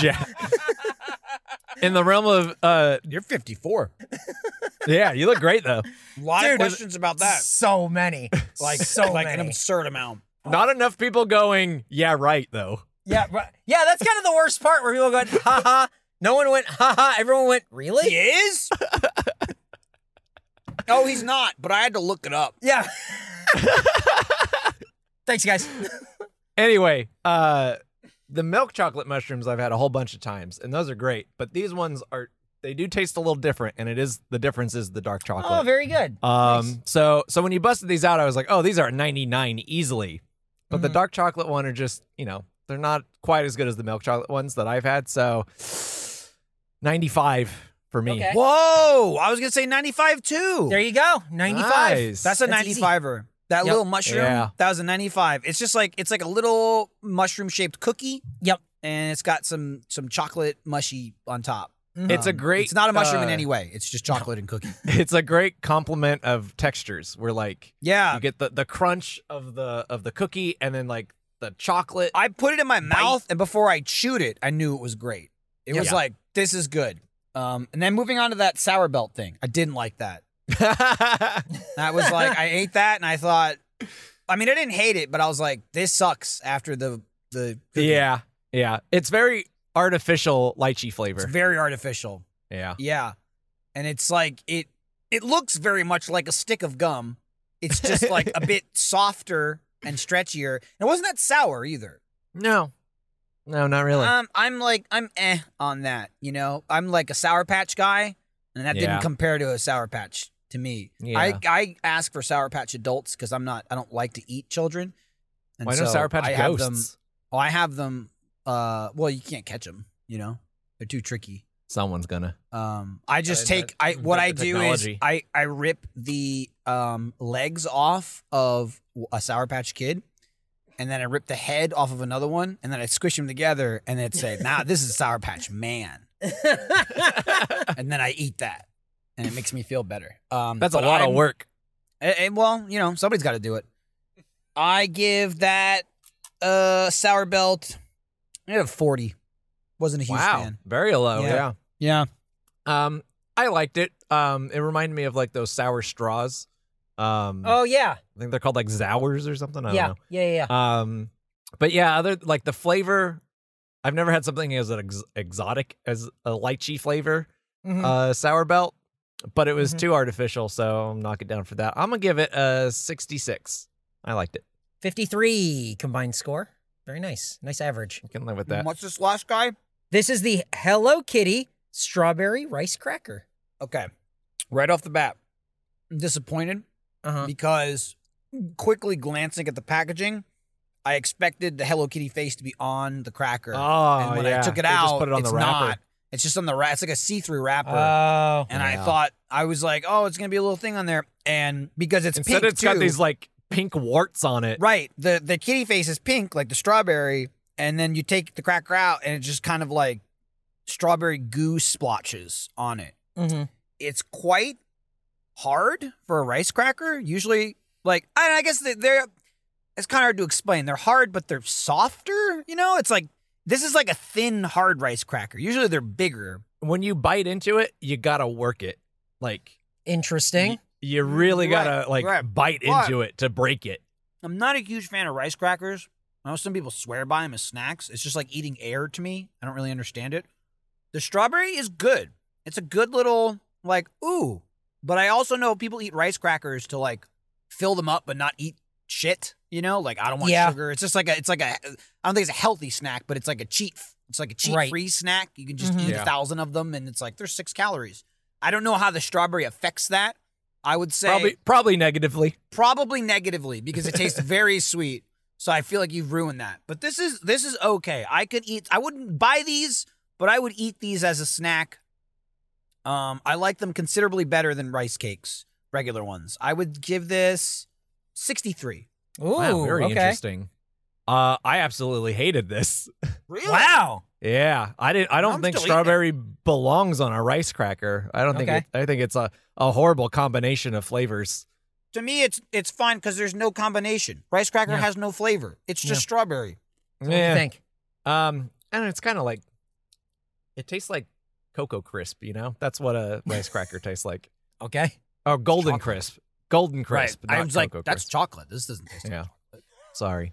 Speaker 3: ja- in the realm of uh,
Speaker 2: You're 54.
Speaker 3: yeah, you look great though.
Speaker 2: A lot
Speaker 4: Dude,
Speaker 2: of questions about that.
Speaker 4: [LAUGHS]
Speaker 2: [LAUGHS]
Speaker 4: So many.
Speaker 2: Like
Speaker 4: so
Speaker 2: like an
Speaker 4: many.
Speaker 2: absurd amount.
Speaker 3: Not enough people going. Yeah, right though.
Speaker 4: Yeah, right. yeah, that's kind of the worst part where people go, ha ha. No one went, ha ha. Everyone went, really?
Speaker 2: He
Speaker 4: [LAUGHS]
Speaker 2: is? no, he's not. But I had to look it up.
Speaker 4: Yeah. Thanks, guys.
Speaker 3: Anyway, uh, the milk chocolate mushrooms I've had a whole bunch of times, and those are great. But these ones are they do taste a little different, and it is the difference is the dark chocolate.
Speaker 4: Oh, very good.
Speaker 3: Um,
Speaker 4: Nice.
Speaker 3: so so when you busted these out, I was like, oh, these are 99 easily. But
Speaker 4: Mm-hmm.
Speaker 3: the dark chocolate one are just, you know, they're not quite as good as the milk chocolate ones that I've had. So 95 for me.
Speaker 4: Okay.
Speaker 2: Whoa! I was gonna say 95 too.
Speaker 4: There you go. 95.
Speaker 3: Nice.
Speaker 2: That's a
Speaker 4: That's easy.
Speaker 2: 95er. That
Speaker 4: Yep.
Speaker 2: little mushroom,
Speaker 3: Yeah.
Speaker 2: that was a 95. It's just like it's like a little mushroom shaped cookie.
Speaker 4: Yep.
Speaker 2: And it's got some some chocolate mushy on top. Um,
Speaker 4: Mhm.
Speaker 3: It's a great
Speaker 2: It's not a mushroom in
Speaker 3: uh,
Speaker 2: any way. It's just chocolate and cookie.
Speaker 3: [LAUGHS] It's a great complement of textures. Where like
Speaker 2: Yeah.
Speaker 3: you get the the crunch of the of the cookie and then like the chocolate.
Speaker 2: I put it in my mouth and before I chewed it, I knew it was great. It
Speaker 4: Yeah.
Speaker 2: was like this is good. Um, and then moving on to that sour belt thing, I didn't like that.
Speaker 3: [LAUGHS]
Speaker 2: That was like I ate that and I thought, I mean, I didn't hate it, but I was like, this sucks. After the the cookie.
Speaker 3: yeah, yeah. It's very artificial lychee
Speaker 2: it's
Speaker 3: flavor.
Speaker 2: very artificial.
Speaker 3: yeah,
Speaker 2: Yeah, and it's like it it looks very much like a stick of gum. It's just like a bit softer and stretchier. And it wasn't that sour either.
Speaker 3: no, no, not really.
Speaker 2: Um, I'm like I'm eh on that. You know, I'm like a sour patch guy, and that
Speaker 3: Yeah.
Speaker 2: didn't compare to a sour patch to me. I
Speaker 3: Yeah.
Speaker 2: I ask for sour patch adults because I'm not I don't like to eat children. And
Speaker 3: Why no
Speaker 2: so
Speaker 3: sour patch
Speaker 2: I have
Speaker 3: ghosts?
Speaker 2: them. Oh, I have them. Uh, well, you can't catch them. You know, they're too tricky.
Speaker 3: Someone's gonna.
Speaker 2: Um, I just
Speaker 3: Uh,
Speaker 2: take
Speaker 3: that-
Speaker 2: I what
Speaker 3: that
Speaker 2: I
Speaker 3: the
Speaker 2: do
Speaker 3: technology.
Speaker 2: is I I rip the um legs off of a Sour Patch Kid, and then I rip the head off of another one, and then I squish them together, and then say,
Speaker 3: [LAUGHS]
Speaker 2: "Nah, this is Sour Patch Man," and then I eat that, and it makes me feel better. Um,
Speaker 3: That's a
Speaker 2: but
Speaker 3: lot
Speaker 2: I'm-
Speaker 3: of work.
Speaker 2: eh, eh, well, you know, somebody's got to do it. I give that uh Sour Belt. I had a forty. Wasn't a huge
Speaker 3: wow,
Speaker 2: fan.
Speaker 3: very low.
Speaker 2: Yeah.
Speaker 3: yeah.
Speaker 2: Yeah.
Speaker 3: Um, I liked it. Um, it reminded me of like those sour straws. Um,
Speaker 4: Oh yeah,
Speaker 3: I think they're called like Zowers or something. I
Speaker 4: yeah,
Speaker 3: don't
Speaker 4: yeah, yeah, yeah.
Speaker 3: know. Um, but yeah, other like the flavor. I've never had something as ex- exotic as a lychee flavor,
Speaker 2: Mhm.
Speaker 3: uh, sour belt, but it was
Speaker 2: Mhm.
Speaker 3: too artificial, so I'm knocking down for that. I'm gonna give it a 66. I liked it.
Speaker 4: Fifty-three combined score. Very nice, nice average.
Speaker 3: I can live with that.
Speaker 2: What's this last guy?
Speaker 4: This is the Hello Kitty strawberry rice cracker.
Speaker 2: Okay. Right off the bat, I'm disappointed
Speaker 4: Uh-huh.
Speaker 2: because quickly glancing at the packaging, I expected the Hello Kitty face to be on the cracker.
Speaker 3: Oh,
Speaker 2: and when
Speaker 3: yeah.
Speaker 2: I took it
Speaker 3: They
Speaker 2: out,
Speaker 3: just put it on
Speaker 2: it's
Speaker 3: the wrapper. Ah,
Speaker 2: not. It's just on the wrap. It's like a see-through wrapper.
Speaker 4: Oh,
Speaker 2: and I
Speaker 3: Yeah.
Speaker 2: thought I was like, oh, it's gonna be a little thing on there, and because it's
Speaker 3: Instead,
Speaker 2: pink
Speaker 3: it's
Speaker 2: too,
Speaker 3: got these like pink warts on it.
Speaker 2: right? The the kitty face is pink, like the strawberry, and then you take the cracker out, and it's just kind of like strawberry goo splotches on it.
Speaker 4: mm-hmm.
Speaker 2: it's quite hard for a rice cracker. Usually, like I, I guess they- they're it's kind of hard to explain. They're hard, but they're softer. You know, it's like this is like a thin hard rice cracker. Usually, they're bigger.
Speaker 3: When you bite into it, you gotta work it. Like
Speaker 4: interesting.
Speaker 3: y- you really
Speaker 2: Right,
Speaker 3: gotta like
Speaker 2: right.
Speaker 3: bite
Speaker 2: But-
Speaker 3: into it to break it.
Speaker 2: I'm not a huge fan of rice crackers. I know some people swear by them as snacks. It's just like eating air to me. I don't really understand it. The strawberry is good. It's a good little like ooh, but I also know people eat rice crackers to like fill them up, but not eat shit. You know, like I don't want
Speaker 4: Yeah.
Speaker 2: sugar. It's just like a, it's like a, I don't think it's a healthy snack, but it's like a cheat. It's like a cheat free snack. You can just
Speaker 4: Mhm.
Speaker 2: eat
Speaker 3: Yeah.
Speaker 2: a thousand of them, and it's like there's six calories. I don't know how the strawberry affects that. I would say
Speaker 3: Probably probably negatively.
Speaker 2: probably negatively because it [LAUGHS] tastes very sweet. So I feel like you've ruined that. But this is this is okay. I could eat. I wouldn't buy these, but I would eat these as a snack. Um, I like them considerably better than rice cakes, regular ones. I would give this sixty-three.
Speaker 4: Ooh,
Speaker 3: wow, very
Speaker 4: okay.
Speaker 3: interesting. Uh, I absolutely hated this.
Speaker 2: Really?
Speaker 4: Wow.
Speaker 3: Yeah, I didn't. I don't
Speaker 2: I'm
Speaker 3: think
Speaker 2: still eating it.
Speaker 3: strawberry belongs on a rice cracker. I don't
Speaker 4: Okay.
Speaker 3: think. It, I think it's a, a horrible combination of flavors.
Speaker 2: To me, it's it's fine because there's no combination. Rice cracker
Speaker 4: Yeah.
Speaker 2: has no flavor. It's just
Speaker 4: Yeah.
Speaker 2: strawberry.
Speaker 4: So What do you think?
Speaker 3: Um, and it's kind of like it tastes like cocoa crisp. You know, that's what a rice
Speaker 2: [LAUGHS]
Speaker 3: cracker tastes like.
Speaker 4: Okay.
Speaker 3: Or golden
Speaker 2: Chocolate.
Speaker 3: crisp. Golden crisp.
Speaker 2: I
Speaker 3: not
Speaker 2: was like,
Speaker 3: Cocoa
Speaker 2: that's
Speaker 3: Crisp.
Speaker 2: chocolate. This doesn't taste. like
Speaker 3: Yeah.
Speaker 2: chocolate." [LAUGHS]
Speaker 3: Sorry.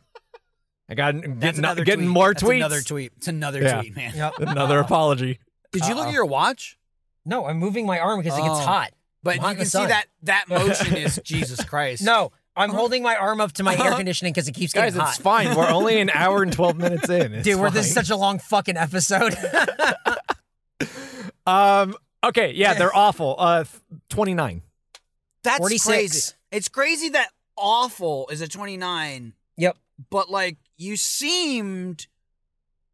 Speaker 3: I got
Speaker 2: That's
Speaker 3: getting
Speaker 2: another
Speaker 3: getting
Speaker 2: tweet.
Speaker 3: more
Speaker 2: That's
Speaker 3: tweets.
Speaker 2: Another tweet. It's another
Speaker 3: Yeah.
Speaker 2: tweet, man. [LAUGHS]
Speaker 3: [LAUGHS]
Speaker 4: Yep.
Speaker 3: Another apology.
Speaker 2: Did you look
Speaker 4: Uh-oh.
Speaker 2: at your watch?
Speaker 4: No, I'm moving my arm because it
Speaker 2: Oh.
Speaker 4: gets hot.
Speaker 2: But
Speaker 4: Lock
Speaker 2: you can
Speaker 4: us
Speaker 2: see
Speaker 4: on.
Speaker 2: that
Speaker 4: [LAUGHS]
Speaker 2: that motion is Jesus Christ.
Speaker 4: No, I'm holding my arm up to my air conditioning because it keeps
Speaker 3: Uh-huh. Guys,
Speaker 4: getting hot.
Speaker 3: it's
Speaker 2: [LAUGHS]
Speaker 3: fine. We're only an hour and twelve minutes in. It's
Speaker 4: Dude, we're, this is
Speaker 3: fine.
Speaker 4: such a long fucking episode. [LAUGHS]
Speaker 3: Um. Okay.
Speaker 2: [LAUGHS]
Speaker 3: Yeah, they're awful. Uh, twenty nine.
Speaker 2: that's
Speaker 4: 46.
Speaker 2: crazy. It's crazy that awful is a 29,
Speaker 4: yep.
Speaker 2: but like you seemed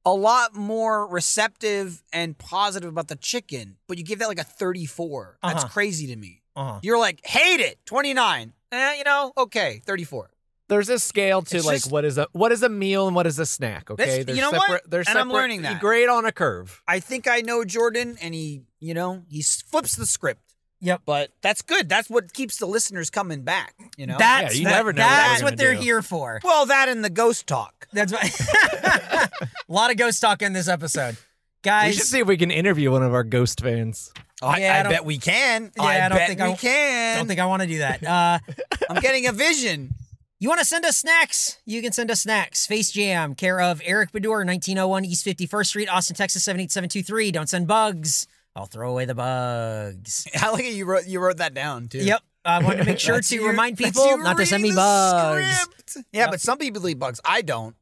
Speaker 2: a lot more receptive and positive about the chicken, but you give that like a 34.
Speaker 4: Uh-huh.
Speaker 2: That's crazy to me.
Speaker 4: Uh-huh.
Speaker 2: You're like, hate it, 29. Eh, you know, okay, 34.
Speaker 3: There's a scale to
Speaker 2: It's
Speaker 3: like
Speaker 2: just-
Speaker 3: what is a what is a meal and what is a snack. Okay,
Speaker 2: That's- you know what?
Speaker 3: They're
Speaker 2: And I'm learning
Speaker 3: You
Speaker 2: that.
Speaker 3: grade on a curve.
Speaker 2: I think I know Jordan, and he, you know, he s- flips the script.
Speaker 4: Yep.
Speaker 2: But that's good. That's what keeps the listeners coming back, you know?
Speaker 4: That's
Speaker 3: Yeah, you
Speaker 4: that-
Speaker 3: never know what
Speaker 4: that's
Speaker 3: they're
Speaker 4: what
Speaker 3: gonna
Speaker 4: they're
Speaker 3: do.
Speaker 4: here for.
Speaker 2: well, that and the ghost talk.
Speaker 4: [LAUGHS] That's what. a lot of ghost talk in this episode. guys.
Speaker 3: We should see if we can interview one of our ghost fans.
Speaker 2: I,
Speaker 4: Yeah, I
Speaker 2: I
Speaker 4: don't-
Speaker 2: bet we can.
Speaker 4: Yeah,
Speaker 2: I,
Speaker 4: I don't
Speaker 2: bet
Speaker 4: think
Speaker 2: we
Speaker 4: I-
Speaker 2: can.
Speaker 4: don't think I want to do that. Uh,
Speaker 2: I'm getting a [LAUGHS] vision.
Speaker 4: you want to send us snacks? You can send us snacks. Face Jam, care of Eric Bedour, 1901 East 51st Street, Austin, Texas 78723. Don't send bugs. I'll throw away the bugs.
Speaker 2: I like it. You wrote you wrote that down too.
Speaker 4: Yep. I wanted to make sure
Speaker 2: That's
Speaker 4: to
Speaker 2: you-
Speaker 4: remind
Speaker 2: that's
Speaker 4: people
Speaker 2: you
Speaker 4: not to send me
Speaker 2: reading the
Speaker 4: bugs.
Speaker 2: script. Yeah, but some people eat bugs. I don't.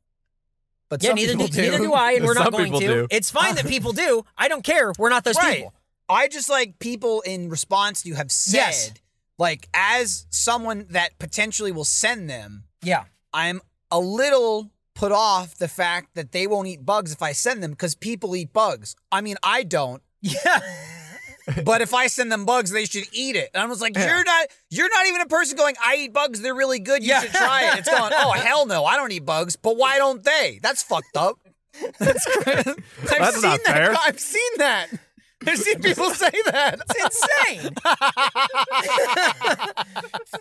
Speaker 2: But
Speaker 4: Yeah,
Speaker 2: some
Speaker 4: neither do,
Speaker 2: people do.
Speaker 4: neither do I, and we're not
Speaker 3: Some
Speaker 4: going to.
Speaker 3: people do.
Speaker 4: It's fine that people do. I don't care. We're not those
Speaker 2: right.
Speaker 4: people.
Speaker 2: [LAUGHS] I just like people in response to have said,
Speaker 4: Yes.
Speaker 2: like, as someone that potentially will send them,
Speaker 4: Yeah.
Speaker 2: I'm a little put off the fact that they won't eat bugs if I send them because people eat bugs. I mean, I don't.
Speaker 4: Yeah.
Speaker 2: But if I send them bugs, they should eat it. And I was like, "You're not, you're not even a person going. I eat bugs. They're really good. You
Speaker 4: Yeah.
Speaker 2: should try it." It's going,
Speaker 3: [LAUGHS]
Speaker 2: "Oh hell no, I don't eat bugs." But why don't they? That's fucked up.
Speaker 3: [LAUGHS]
Speaker 2: That's crazy. I've
Speaker 3: That's
Speaker 2: seen
Speaker 3: not
Speaker 2: that.
Speaker 3: fair.
Speaker 2: I've seen that. I've seen
Speaker 3: [LAUGHS]
Speaker 2: people say that.
Speaker 4: [LAUGHS] It's insane.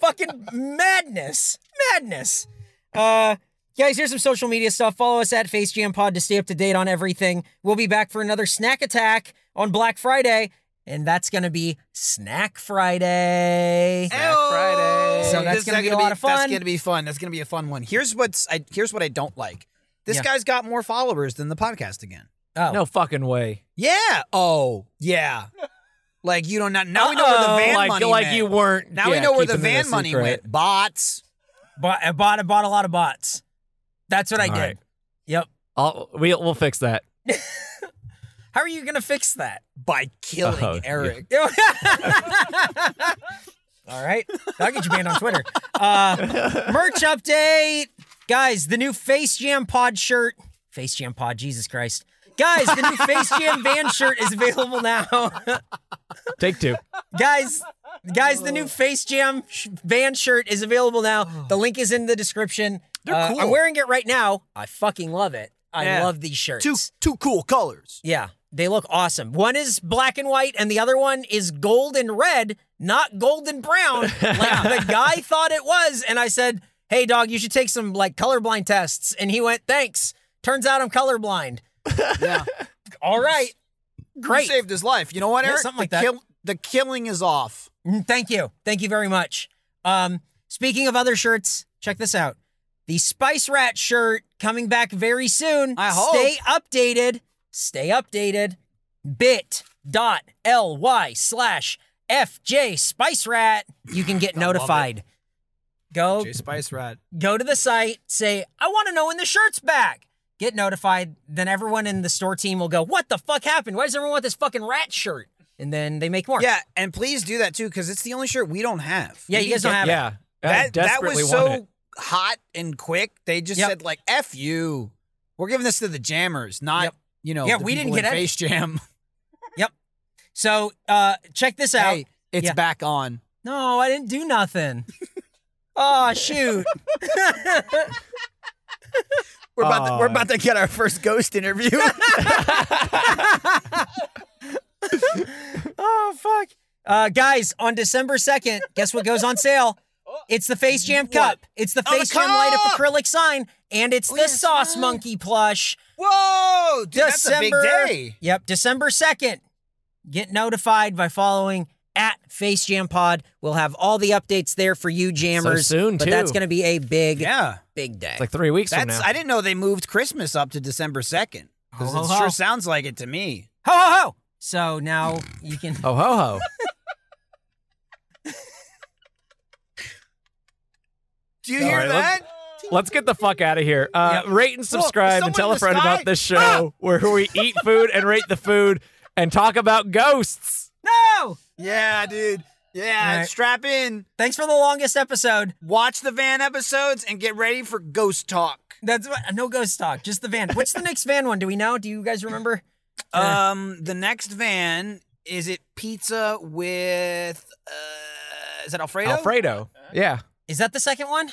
Speaker 4: Fucking madness. Madness. Uh guys, here's some social media stuff. Follow us at Face Jam Pod to stay up to date on everything. We'll be back for another snack attack on Black Friday, and that's gonna be Snack Friday.
Speaker 2: Eh. Friday.
Speaker 4: So that's gonna be a lot of fun.
Speaker 2: That's gonna be fun. That's gonna be a fun one. Here's what's I, here's what I don't like. This
Speaker 4: Yeah.
Speaker 2: guy's got more followers than the podcast again.
Speaker 4: Oh.
Speaker 3: No fucking way.
Speaker 2: Yeah. Oh, yeah. like you don't know. Now we know where the
Speaker 4: Uh-oh.
Speaker 2: van
Speaker 3: Oh, like
Speaker 2: money
Speaker 3: like
Speaker 2: went.
Speaker 3: you weren't.
Speaker 2: Now we
Speaker 3: yeah,
Speaker 2: know where the
Speaker 3: keeping it a
Speaker 2: van money
Speaker 3: secret.
Speaker 2: went. Bots.
Speaker 4: Bought, I bought I bought a lot of bots. That's what I
Speaker 3: All
Speaker 4: did.
Speaker 3: right.
Speaker 4: Yep.
Speaker 3: I'll, we'll, we'll fix that.
Speaker 4: How are you gonna fix that?
Speaker 2: by killing
Speaker 3: Oh, yeah.
Speaker 2: Eric.
Speaker 4: [LAUGHS] All right. That'll get you banned on Twitter. Uh, merch update. Guys, the new Face Jam Pod shirt. Face Jam Pod, Jesus Christ. Guys, the new Face Jam Van shirt is available now. [LAUGHS]
Speaker 3: Take two.
Speaker 4: guys, guys, the new Face Jam sh- Van shirt is available now. The link is in the description. They're
Speaker 2: cool.
Speaker 4: I'm wearing it right now. I fucking love it. I
Speaker 3: Yeah.
Speaker 4: love these shirts.
Speaker 2: Two two cool colors.
Speaker 4: Yeah, they look awesome. One is black and white, and the other one is gold and red, not gold and brown, like the guy thought it was. And I said, "Hey, dog, you should take some like colorblind tests." And he went, "Thanks." Turns out I'm colorblind.
Speaker 2: Yeah.
Speaker 4: All right,
Speaker 2: You
Speaker 4: great.
Speaker 2: saved his life. You know what,
Speaker 4: Yeah,
Speaker 2: Eric?
Speaker 4: something like
Speaker 2: the
Speaker 4: that.
Speaker 2: the killing is off.
Speaker 4: Mm, Thank you, thank you very much. Um, speaking of other shirts, check this out: the Spice Rat shirt coming back very soon.
Speaker 2: I hope.
Speaker 4: Stay updated. Stay updated. bit.ly slash FJ Spice Rat. You can get notified. Go
Speaker 2: Spice Rat.
Speaker 4: go to the site, say, I want to know when the shirt's back. Get notified. Then everyone in the store team will go, What the fuck happened? Why does everyone want this fucking rat shirt? And then they make more.
Speaker 2: Yeah, and please do that too, because it's the only shirt we don't [LAUGHS] have.
Speaker 4: Yeah, you guys don't have it.
Speaker 3: Yeah. I
Speaker 2: That that
Speaker 3: desperately
Speaker 2: was
Speaker 3: want
Speaker 2: so
Speaker 3: it.
Speaker 2: hot and quick. They just
Speaker 4: Yep.
Speaker 2: said like F you. We're giving this to the jammers, not
Speaker 4: Yep.
Speaker 2: you know,
Speaker 4: Yeah,
Speaker 2: the
Speaker 4: we didn't
Speaker 2: people in
Speaker 4: get any.
Speaker 2: face
Speaker 4: [LAUGHS]
Speaker 2: jam.
Speaker 4: So uh check this out.
Speaker 2: hey, it's
Speaker 4: Yeah.
Speaker 2: back on.
Speaker 4: No, I didn't do nothing. [LAUGHS] oh shoot.
Speaker 2: We're
Speaker 3: about to- we're about
Speaker 2: to get our first ghost interview.
Speaker 4: oh fuck. Uh guys, on December 2nd, guess what goes on sale? It's the Face Jam Cup. It's the
Speaker 2: Oh, the
Speaker 4: Face Jam light up
Speaker 2: cup!
Speaker 4: acrylic sign, and
Speaker 3: Oh,
Speaker 4: it's the Sauce Monkey plush.
Speaker 2: [LAUGHS] Whoa, dude, that's a big
Speaker 4: December.
Speaker 2: day.
Speaker 4: Yep, December 2nd. Get notified by following at Face Jam Pod. We'll have all the updates there for you jammers.
Speaker 3: soon,
Speaker 4: but
Speaker 3: too.
Speaker 4: that's going to be a big,
Speaker 2: Yeah.
Speaker 4: big day.
Speaker 3: It's like three weeks from
Speaker 2: That's
Speaker 3: now.
Speaker 2: I didn't know they moved Christmas up to December second because
Speaker 4: Ho,
Speaker 2: it
Speaker 4: ho, ho.
Speaker 2: sure sounds like it to me.
Speaker 4: ho, ho, ho. So now
Speaker 3: [LAUGHS]
Speaker 4: you can.
Speaker 3: oh ho ho.
Speaker 2: Do you
Speaker 3: All
Speaker 2: hear
Speaker 3: right, let's-
Speaker 2: that?
Speaker 3: Let's get the fuck out of here. Uh, Rate and subscribe
Speaker 2: someone
Speaker 3: and tell
Speaker 2: in
Speaker 3: a
Speaker 2: the
Speaker 3: friend
Speaker 2: sky?
Speaker 3: about this show where we eat food and rate the food and talk about ghosts.
Speaker 4: No!
Speaker 2: Yeah, dude. Yeah,
Speaker 4: All right.
Speaker 2: strap in.
Speaker 4: Thanks for the longest episode.
Speaker 2: Watch the van episodes and get ready for ghost talk.
Speaker 4: That's what, no ghost talk, just the van. What's the next van one? Do we know? Do you guys remember?
Speaker 2: Um, the next van is it pizza with uh, is that Alfredo?
Speaker 3: Alfredo. Yeah.
Speaker 4: Is that the second one?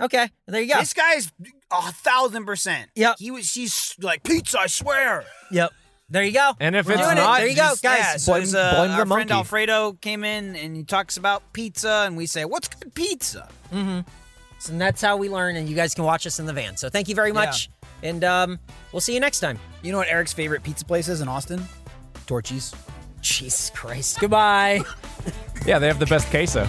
Speaker 4: Okay, there you go.
Speaker 2: This guy's a thousand percent.
Speaker 4: Yep.
Speaker 2: he was. She's like pizza. I swear.
Speaker 4: Yep. There you go.
Speaker 3: And if
Speaker 4: We're
Speaker 3: it's
Speaker 4: doing
Speaker 3: not,
Speaker 4: it. there you go,
Speaker 2: Just-
Speaker 4: guys.
Speaker 2: yeah, so
Speaker 3: blame-
Speaker 2: there's, uh,
Speaker 3: blame the
Speaker 2: our friend
Speaker 3: monkey.
Speaker 2: Alfredo came in and he talks about pizza, and we say, "What's good pizza?"
Speaker 4: And that's how we learn, and you guys can watch us in the van. So thank you very much. And um, we'll see you next time.
Speaker 2: You know what Eric's favorite pizza place is in Austin? Torchies.
Speaker 4: Jesus Christ.
Speaker 2: Goodbye.
Speaker 3: [LAUGHS] Yeah, they have the best queso.